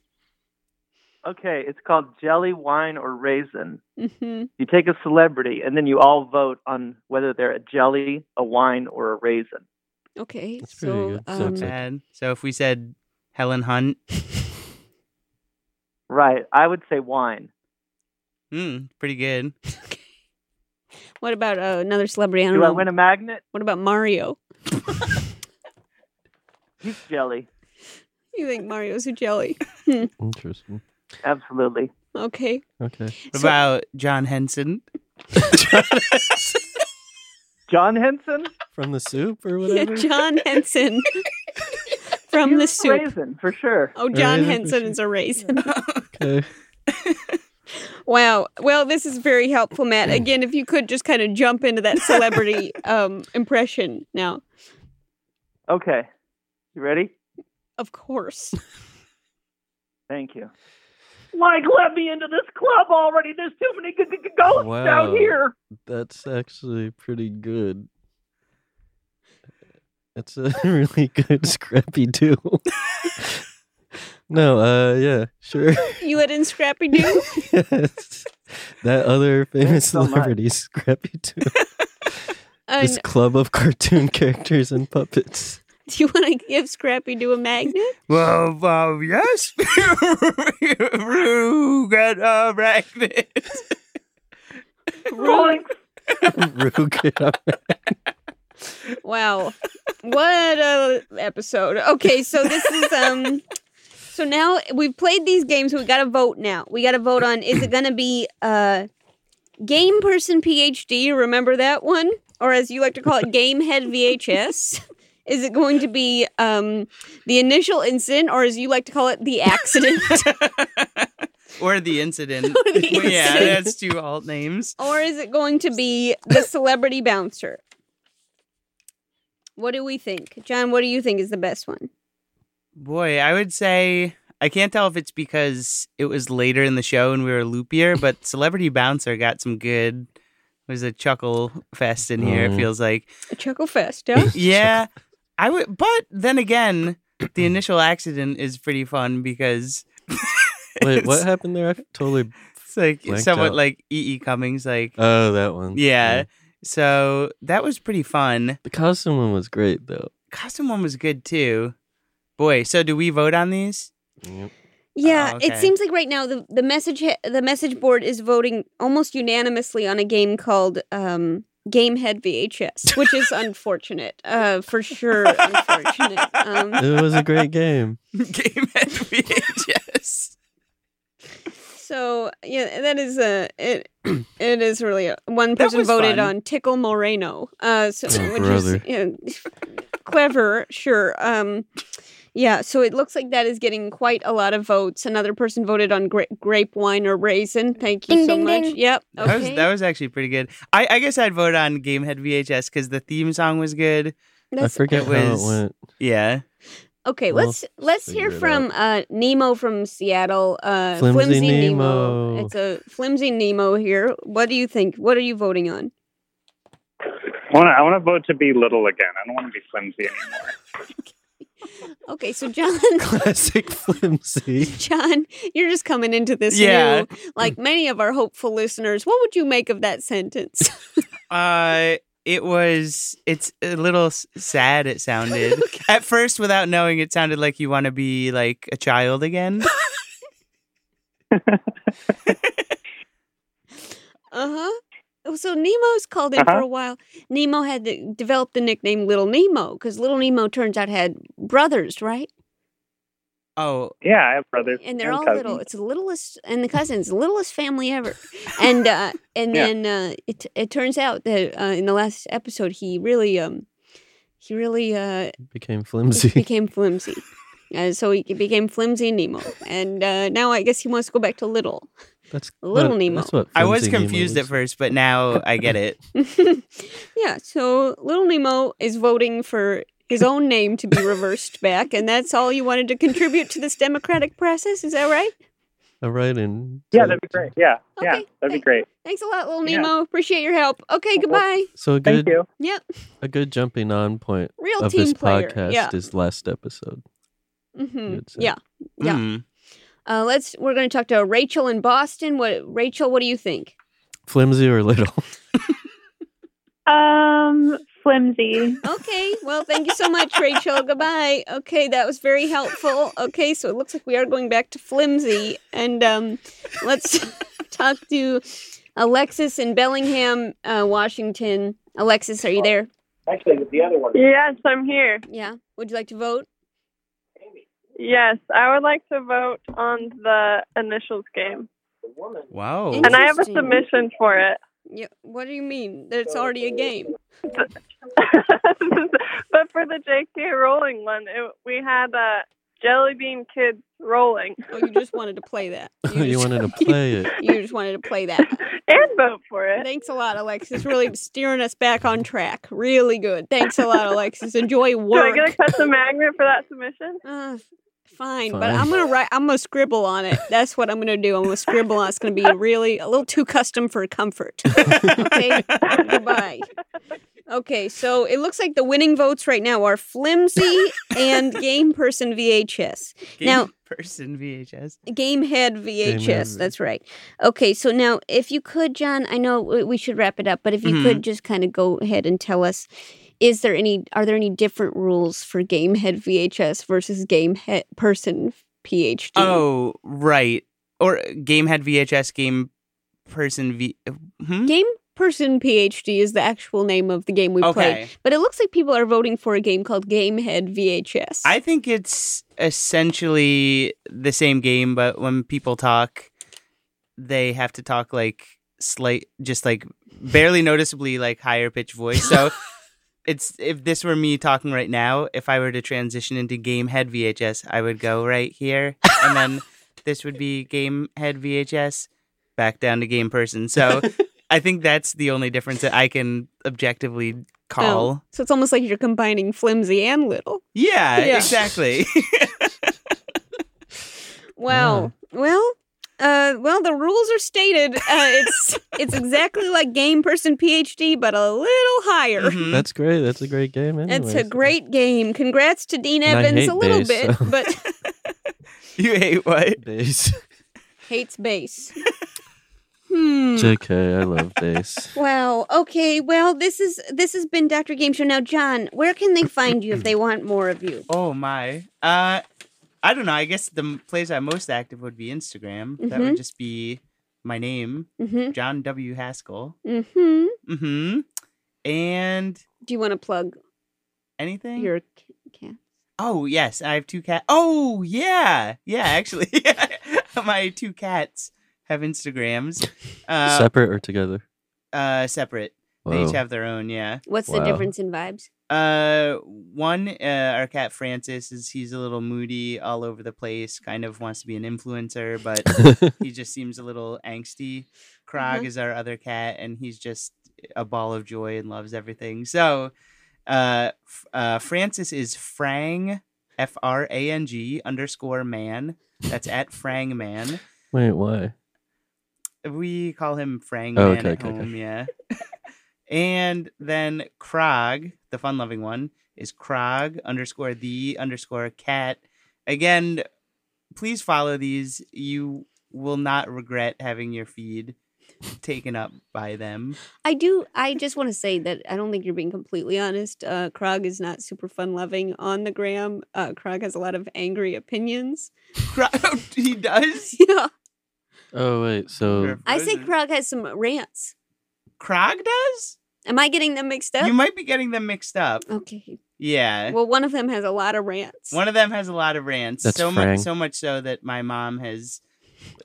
Speaker 21: Okay, it's called Jelly, Wine, or Raisin.
Speaker 2: hmm
Speaker 21: You take a celebrity, and then you all vote on whether they're a jelly, a wine, or a raisin.
Speaker 2: okay so
Speaker 3: so,
Speaker 2: um,
Speaker 3: bad. so if we said Helen Hunt,
Speaker 21: Right, I would say wine.
Speaker 3: mm, pretty good.
Speaker 2: what about uh, another celebrity I don't
Speaker 21: Do I
Speaker 2: know.
Speaker 21: win a magnet?
Speaker 2: what about mario
Speaker 21: He's jelly.
Speaker 2: you think mario's a jelly Hmm,
Speaker 1: Interesting.
Speaker 21: Absolutely.
Speaker 2: okay
Speaker 1: Okay.
Speaker 3: What about John Henson?
Speaker 21: John Henson?
Speaker 1: From the soup or
Speaker 2: Yeah,
Speaker 1: whatever?
Speaker 2: John Henson from the soup.
Speaker 21: Raisin for sure.
Speaker 2: Oh, John
Speaker 1: raisin for
Speaker 2: Henson is a raisin.
Speaker 1: Okay.
Speaker 2: wow. Well, this is very helpful, Matt. Again, if you could just kind of jump into that celebrity um, impression now,
Speaker 21: Okay, you ready?
Speaker 2: of course.
Speaker 21: Thank you.
Speaker 19: Like, let me into this club already. There's too many g- g- g- ghosts
Speaker 1: Wow.
Speaker 19: out here.
Speaker 1: That's actually pretty good. It's a really good Scrappy Doo. no, uh, yeah, sure.
Speaker 2: You let in Scrappy Doo?
Speaker 1: yes. That other famous
Speaker 21: so much.
Speaker 1: celebrity, Scrappy Doo.
Speaker 2: And
Speaker 1: this club of cartoon characters and puppets.
Speaker 2: do you want to give Scrappy Doo a magnet?
Speaker 3: Well, well, um, yes. Rue got uh, a magnet.
Speaker 2: Really?
Speaker 1: Ruga.
Speaker 2: Wow. What a episode. Okay, so this is um so now we've played these games, we gotta vote now. We gotta vote on is it gonna be uh Game Person PhD, remember that one? Or as you like to call it, Game Head VHS. Is it going to be um the initial incident or as you like to call it the accident?
Speaker 3: Or the incident.
Speaker 2: the
Speaker 3: Well, Yeah,
Speaker 2: incident.
Speaker 3: that's two alt names.
Speaker 2: or is it going to be the celebrity bouncer? What do we think? John, what do you think is the best one?
Speaker 3: Boy, I would say I can't tell if it's because it was later in the show and we were loopier, but Celebrity Bouncer got some good. There's a chuckle fest in here. It
Speaker 1: Mm.
Speaker 3: feels like.
Speaker 2: Chuckle Fest, yeah?
Speaker 3: Yeah, I would, but then again, the initial accident is pretty fun because.
Speaker 1: Wait, what happened there? I totally.
Speaker 3: It's like
Speaker 1: blanked
Speaker 3: somewhat
Speaker 1: out.
Speaker 3: like E. E. Cummings, like
Speaker 1: Oh, that one.
Speaker 3: Yeah.
Speaker 1: Yeah.
Speaker 3: So that was pretty fun.
Speaker 1: The costume one was great though.
Speaker 3: Costume one was good too. Boy, so do we vote on these?
Speaker 1: Yep.
Speaker 2: Yeah,
Speaker 3: Oh,
Speaker 2: it
Speaker 3: okay.
Speaker 2: seems like right now the the message he- the message board is voting almost unanimously on a game called um, Gamehead VHS, which is unfortunate, uh, for sure. Unfortunate. Um,
Speaker 1: It was a great game.
Speaker 3: VHS.
Speaker 2: So yeah, that is uh, it. It is really a, one person
Speaker 6: was
Speaker 2: voted
Speaker 6: fun.
Speaker 2: on Tickle Moreno. Uh, so
Speaker 6: Oh,
Speaker 2: which is
Speaker 6: brother.
Speaker 2: yeah, clever, sure. Um, yeah. So it looks like that is getting quite a lot of votes. Another person voted on gra- grape wine or raisin. Thank you
Speaker 3: Ding,
Speaker 2: so
Speaker 3: ding,
Speaker 2: much.
Speaker 3: ding.
Speaker 2: Yep.
Speaker 3: That was
Speaker 2: Okay.
Speaker 3: that was actually pretty good. I, I guess I'd vote on Gamehead VHS because the theme song was good.
Speaker 2: That's-
Speaker 1: forget how it went.
Speaker 3: Yeah.
Speaker 2: Okay,
Speaker 3: We'll
Speaker 2: let's let's
Speaker 3: figure
Speaker 2: hear
Speaker 3: it out.
Speaker 2: from uh, Nemo from Seattle. Uh,
Speaker 1: Flimsy
Speaker 2: Nemo.
Speaker 1: Nemo.
Speaker 2: It's a flimsy Nemo here. What do you think? What are you voting on?
Speaker 22: I want to vote to be little again. I don't want to be flimsy anymore.
Speaker 2: Okay, so John,
Speaker 1: Classic flimsy.
Speaker 2: John, you're just coming into this
Speaker 1: Yeah.
Speaker 2: new, like many of our hopeful listeners. What would you make of that sentence?
Speaker 3: Uh, it was. It's a little s- sad. It sounded at first, without knowing, it sounded like you want to be like a child again.
Speaker 2: Uh huh. So Nemo's called in for
Speaker 3: Uh-huh.
Speaker 2: a while. Nemo had the, developed the nickname Little Nemo because Little Nemo turns out had brothers, right?
Speaker 3: Oh,
Speaker 22: yeah, I have brothers
Speaker 2: And they're all little. It's the littlest, and the cousins, the littlest family ever. And uh, and
Speaker 22: Yeah.
Speaker 2: then uh, it it turns out that uh, in the last episode he really um he really uh
Speaker 1: Became flimsy.
Speaker 2: became flimsy. Uh, so he became flimsy Nemo, and uh, now I guess he wants to go back to little.
Speaker 1: That's
Speaker 2: little
Speaker 3: I
Speaker 2: Nemo.
Speaker 3: was
Speaker 1: flimsy Nemo
Speaker 3: confused
Speaker 1: looks
Speaker 3: at first, but now I get it.
Speaker 2: Yeah, so Little Nemo is voting for his own name to be reversed back, and that's all you wanted to contribute to this democratic process. Is that right?
Speaker 1: All right, and
Speaker 22: Yeah, that'd be great. Yeah, yeah, that'd be great.
Speaker 2: Thanks a lot, Little
Speaker 22: Yeah.
Speaker 2: Nemo. Appreciate your help. Okay, goodbye.
Speaker 1: so a good
Speaker 2: Yep.
Speaker 1: a good jumping on point
Speaker 2: Real
Speaker 1: of
Speaker 2: team
Speaker 1: this
Speaker 2: player,
Speaker 1: podcast
Speaker 2: yeah.
Speaker 1: is last episode.
Speaker 2: hmm
Speaker 1: Good
Speaker 2: Yeah. Yeah.
Speaker 1: Hmm.
Speaker 2: Uh, let's. We're going to talk to Rachel in Boston. What, Rachel? What do you think?
Speaker 1: Flimsy or little?
Speaker 2: Um, flimsy. Okay. Well, thank you so much, Rachel. Goodbye. Okay, that was very helpful. Okay, so it looks like we are going back to flimsy, and um, let's talk to Alexis in Bellingham, uh, Washington. Alexis, are you there?
Speaker 22: Actually, with the other one.
Speaker 8: Yes, I'm here.
Speaker 2: Yeah. Would you like to vote?
Speaker 8: Yes, I would like to vote on the initials game.
Speaker 3: Wow.
Speaker 8: And I have a
Speaker 2: Interesting.
Speaker 8: submission for it.
Speaker 2: Yeah. What do you mean? That it's already a game.
Speaker 8: But for the J.K. Rowling one, it, we had uh, Jelly Bean Kids Rolling.
Speaker 2: Oh, you just wanted to play that.
Speaker 1: you wanted to play it.
Speaker 2: You just wanted to play that.
Speaker 8: and vote for it.
Speaker 2: Thanks a lot, Alexis. Really steering us back on track. Really good. Thanks a lot, Alexis. Enjoy
Speaker 8: Do I
Speaker 2: work.
Speaker 8: get a custom magnet for that submission?
Speaker 2: Uh, fine, but
Speaker 8: Fine.
Speaker 2: I'm gonna write. I'm gonna scribble on it. That's what I'm gonna do. I'm gonna scribble on. it. It's gonna be really a little too custom for comfort. Okay. Goodbye. Okay, so it looks like the winning votes right now are flimsy and game person VHS.
Speaker 3: Game
Speaker 2: now,
Speaker 3: person VHS.
Speaker 2: Gamehead VHS.
Speaker 3: Gamehead.
Speaker 2: That's right. Okay, so now if you could, John, I know w- we should wrap it up, but if you could
Speaker 3: Mhm.
Speaker 2: just kind of go ahead and tell us, is there any are there any different rules for Gamehead VHS versus Gamehead person PhD?
Speaker 3: Oh, right. Or game had VHS game person V. Hmm?
Speaker 2: Game person PhD is the actual name of the game we
Speaker 3: Okay.
Speaker 2: played, but it looks like people are voting for a game called Gamehead VHS.
Speaker 3: I think it's essentially the same game, but when people talk, they have to talk like slight, just like barely noticeably like higher pitch voice. So it's if this were me talking right now, if I were to transition into game head VHS, I would go right here, and then this would be game head VHS, back down to game person. So I think that's the only difference that I can objectively
Speaker 2: Oh,
Speaker 3: call.
Speaker 2: so it's almost like you're combining flimsy and little.
Speaker 3: Yeah,
Speaker 2: Yeah.
Speaker 3: exactly.
Speaker 2: Wow. Well, Uh, well, the rules are stated. Uh, it's it's exactly like Game Person PhD, but a little higher.
Speaker 1: That's great. That's a great game.
Speaker 2: It's
Speaker 1: Anyways. uh,
Speaker 2: a great game. Congrats to Dean
Speaker 1: And I
Speaker 2: Evans
Speaker 1: hate
Speaker 2: a little
Speaker 1: bass,
Speaker 2: bit,
Speaker 1: so-
Speaker 2: but
Speaker 3: You hate what?
Speaker 1: Bass.
Speaker 2: hates bass. hmm.
Speaker 1: JK, I love bass.
Speaker 2: Wow. Okay. Well, this is this has been Dr. Game Show. Now, John, where can they find you if they want more of you?
Speaker 3: Oh my. Uh, I don't know. I guess the m- place I'm most active would be Instagram. That
Speaker 2: Mhm.
Speaker 3: would just be my name,
Speaker 2: Mhm.
Speaker 3: John W. Haskell.
Speaker 2: Mm-hmm.
Speaker 3: Mm-hmm. And
Speaker 2: Do you want to plug
Speaker 3: anything?
Speaker 2: your c- cat?
Speaker 3: Oh yes, I have two cats. Oh yeah, yeah. Actually, my two cats have Instagrams. Uh,
Speaker 1: Separate or together?
Speaker 3: Uh, separate. They
Speaker 1: Wow.
Speaker 3: each have their own. Yeah.
Speaker 2: What's the difference in vibes?
Speaker 3: Uh, one, uh, our cat Francis is he's a little moody, all over the place. Kind of wants to be an influencer, but he just seems a little angsty. Krog
Speaker 4: Mhm.
Speaker 3: is our other cat, and he's just a ball of joy and loves everything. So, uh, f- uh Francis is Frang, F R A N G underscore man. That's at Frang man.
Speaker 1: Wait, why?
Speaker 3: We call him Frang
Speaker 1: Oh,
Speaker 3: Man
Speaker 1: okay,
Speaker 3: at
Speaker 1: okay, okay.
Speaker 3: home, yeah. and then Krog, the fun loving one, is Krog underscore the underscore cat. Again, please follow these. You will not regret having your feed taken up by them.
Speaker 2: I do. I just want to say that I don't think you're being completely honest. Uh, Krog is not super fun loving on the gram. Uh, Krog has a lot of angry opinions.
Speaker 3: Krog, oh, he does.
Speaker 2: Yeah,
Speaker 1: Oh wait, so
Speaker 2: I say Krog has some rants.
Speaker 3: Krog does.
Speaker 2: Am I getting them mixed up?
Speaker 3: You might be getting them mixed up.
Speaker 2: Okay.
Speaker 3: Yeah.
Speaker 2: Well, one of them has a lot of rants.
Speaker 3: One of them has a lot of rants.
Speaker 1: That's
Speaker 3: so
Speaker 1: Frank.
Speaker 3: much so much so that my mom has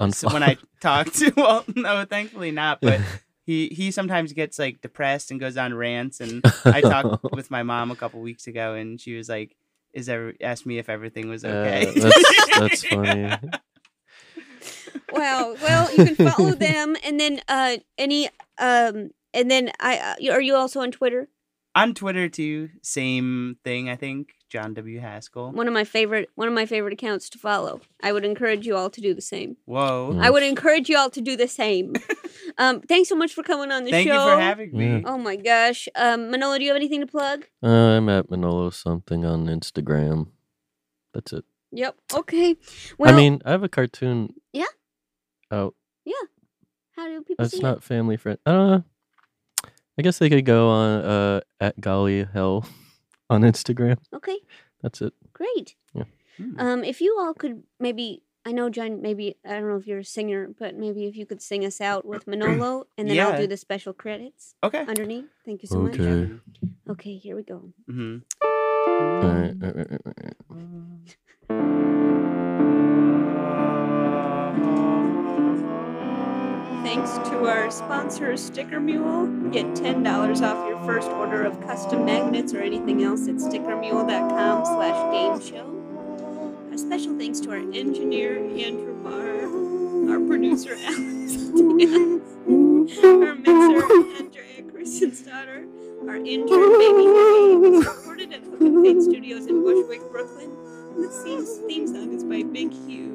Speaker 3: so
Speaker 1: Unfollow-
Speaker 3: when I talk to well, no, thankfully not, but he he sometimes gets like depressed and goes on rants and I talked with my mom a couple weeks ago and she was like is ever asked me if everything was
Speaker 1: Uh,
Speaker 3: okay.
Speaker 1: that's that's funny.
Speaker 2: Wow. Well, you can follow them, and then uh, any um, and then I uh, y- are you also on Twitter?
Speaker 3: on Twitter too, same thing I think. John W. Haskell.
Speaker 2: One of my favorite one of my favorite accounts to follow. I would encourage you all to do the same.
Speaker 3: Whoa.
Speaker 1: Mm.
Speaker 2: I would encourage you all to do the same. um, thanks so much for coming on the
Speaker 3: Thank
Speaker 2: show.
Speaker 3: you for having me.
Speaker 2: Oh my gosh, um, Manolo, do you have anything to plug?
Speaker 1: Uh, I'm at Manolo something on Instagram. That's it.
Speaker 2: Yep. Okay. Well,
Speaker 1: I mean, I have a cartoon
Speaker 2: yeah,
Speaker 1: out.
Speaker 2: yeah. How do people see
Speaker 1: That's
Speaker 2: it?
Speaker 1: not family friend. Uh, I guess they could go on uh at Golly Hell on Instagram.
Speaker 2: Okay.
Speaker 1: That's it.
Speaker 2: Great.
Speaker 1: Yeah.
Speaker 3: Hmm.
Speaker 2: Um, if you all could maybe, I know John. Maybe I don't know if you're a singer, but maybe if you could sing us out with Manolo, and then I'll
Speaker 3: Yeah.
Speaker 2: do the special credits.
Speaker 3: Okay.
Speaker 2: Underneath. Thank you so much.
Speaker 1: Okay.
Speaker 2: Okay. Here we go.
Speaker 3: Mm-hmm.
Speaker 1: All right, all
Speaker 2: Um,
Speaker 1: right, all right, all right.
Speaker 2: Thanks to our sponsor, Sticker Mule. Get ten dollars off your first order of custom magnets or anything else at stickermule.com/slash game show. A special thanks to our engineer Andrew Barr, our producer Alex, Diaz, our mixer Andrea Kristen's daughter, our intern Baby Henry, is recorded at Hook and Fade Studios in Bushwick, Brooklyn. The theme, theme song is by Big Huge.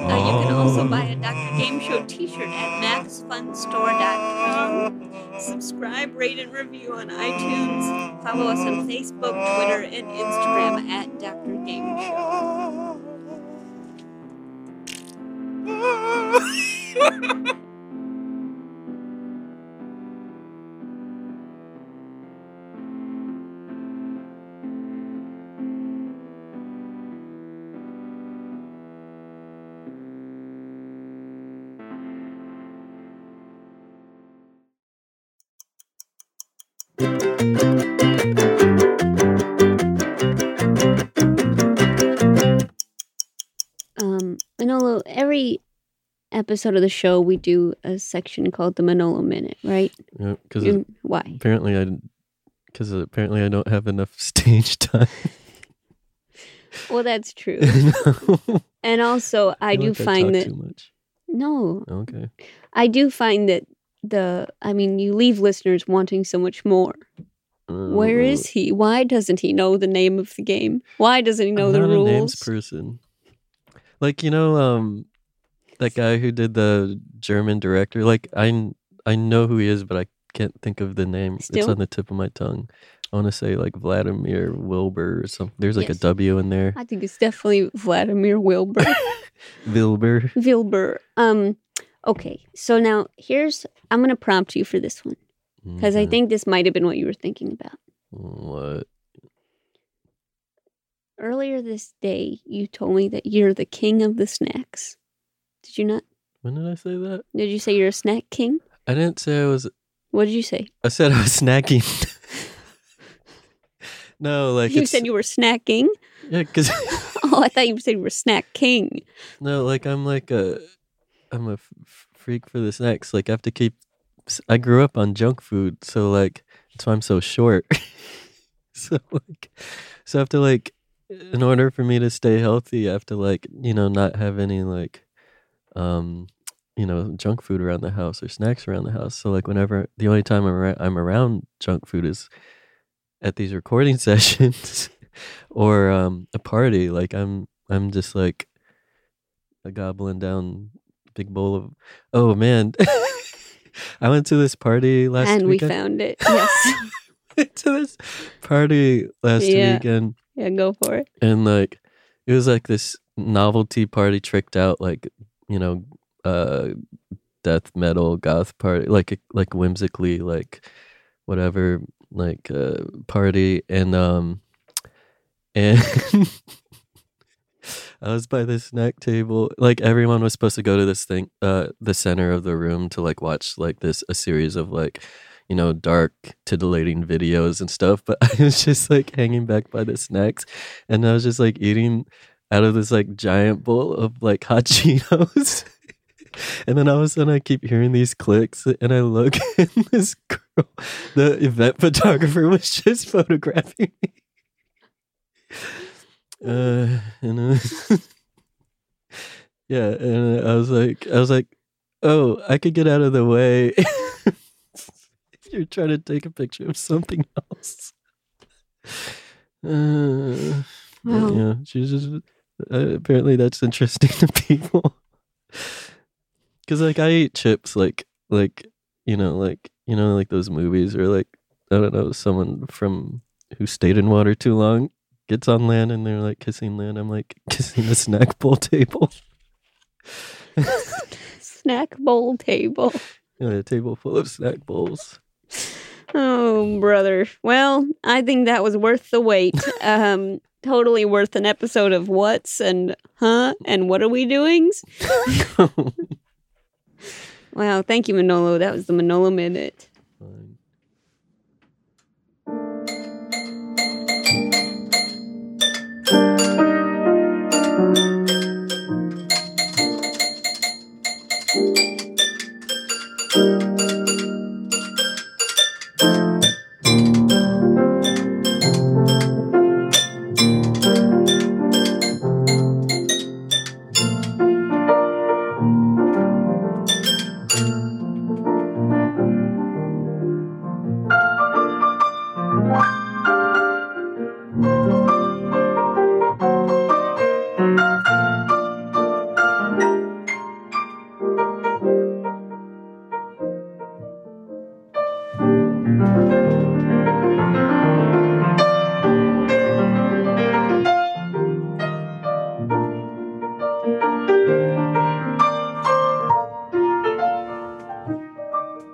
Speaker 2: Uh, you can
Speaker 1: Oh.
Speaker 2: also buy a Dr. Game Show t-shirt at maxfunstore.com. Subscribe, rate, and review on iTunes. Follow us on Facebook, Twitter, and Instagram at Dr. Game Show. Um, Manolo, every episode of the show, we do a section called the Manolo Minute, right?
Speaker 1: Yeah, because
Speaker 2: You- why?
Speaker 1: Apparently, I because apparently I don't have enough stage time.
Speaker 2: Well, that's true.
Speaker 1: No.
Speaker 2: and also, I,
Speaker 1: feel
Speaker 2: do
Speaker 1: like
Speaker 2: find
Speaker 1: talk
Speaker 2: that
Speaker 1: too much.
Speaker 2: no,
Speaker 1: Okay.
Speaker 2: I do find that the I mean, you leave listeners wanting so much more.
Speaker 1: Uh,
Speaker 2: Where is he? Why doesn't he know the name of the game? Why doesn't he know
Speaker 1: Mm-hmm. I'm
Speaker 2: the
Speaker 1: not a names
Speaker 2: rules?
Speaker 1: person. Like you know, um, that guy who did the German director. Like I, kn- I know who he is, but I can't think of the name. It's
Speaker 2: Still?
Speaker 1: on the tip of my tongue. I want to say like Vladimir Wilbur or something. There's like
Speaker 2: Yes.
Speaker 1: a W in there.
Speaker 2: I think it's definitely Vladimir Wilbur.
Speaker 1: Wilbur.
Speaker 2: Wilbur. Um, okay, so now here's I'm going to prompt you for this one because
Speaker 1: Mm-hmm.
Speaker 2: I think this might have been what you were thinking about.
Speaker 1: What?
Speaker 2: Earlier this day, you told me that you're the king of the snacks. Did you not?
Speaker 1: When did I say that?
Speaker 2: Did you say you're a snack king?
Speaker 1: I didn't say I was.
Speaker 2: What did you say?
Speaker 1: I said I was snacking. no, like
Speaker 2: you
Speaker 1: it's,
Speaker 2: said you were snacking.
Speaker 1: yeah, 'cause-
Speaker 2: Oh, I thought you said you were snack king.
Speaker 1: No, like I'm like a, I'm a f- f- freak for the snacks. Like I have to keep. s- I grew up on junk food, so like that's why I'm so short. so like, so I have to like, in order for me to stay healthy, I have to like you know not have any like, um, you know junk food around the house or snacks around the house. So like whenever the only time I'm around, I'm around junk food is at these recording sessions or um a party. Like I'm I'm just like a gobbling down big bowl of oh man i went to this party last
Speaker 2: and we
Speaker 1: weekend
Speaker 2: found it. Yes.
Speaker 1: to this party last
Speaker 2: Yeah.
Speaker 1: weekend
Speaker 2: Yeah, go for it.
Speaker 1: and like it was like this novelty party tricked out like you know uh death metal goth party like like whimsically like whatever like uh party and um and I was by the snack table. Like everyone was supposed to go to this thing, uh, the center of the room to like watch like this a series of like, you know, dark titillating videos and stuff. But I was just like hanging back by the snacks, and I was just like eating out of this like giant bowl of like hot Cheetos. And then all of a sudden, I keep hearing these clicks, and I look, and this girl, the event photographer, was just photographing me. Uh, and uh, yeah, and uh, I was like, I was like, oh, I could get out of the way. You're trying to take a picture of something else. Uh,
Speaker 2: Wow.
Speaker 1: Yeah, she's just uh, apparently that's interesting to people. Cause like I eat chips, like like you know, like you know, like those movies or like I don't know, someone from who stayed in water too long gets on land and they're like kissing land. I'm like kissing a snack bowl table,
Speaker 2: Snack bowl table.
Speaker 1: you know, a table full of snack bowls.
Speaker 2: Oh, brother. Well, I think that was worth the wait. Um, totally worth an episode of what's and huh and what are we doings. wow, thank you, Manolo. That was the Manolo minute.
Speaker 14: MaximumFun.org.
Speaker 4: Comedy and culture.
Speaker 6: Artist owned.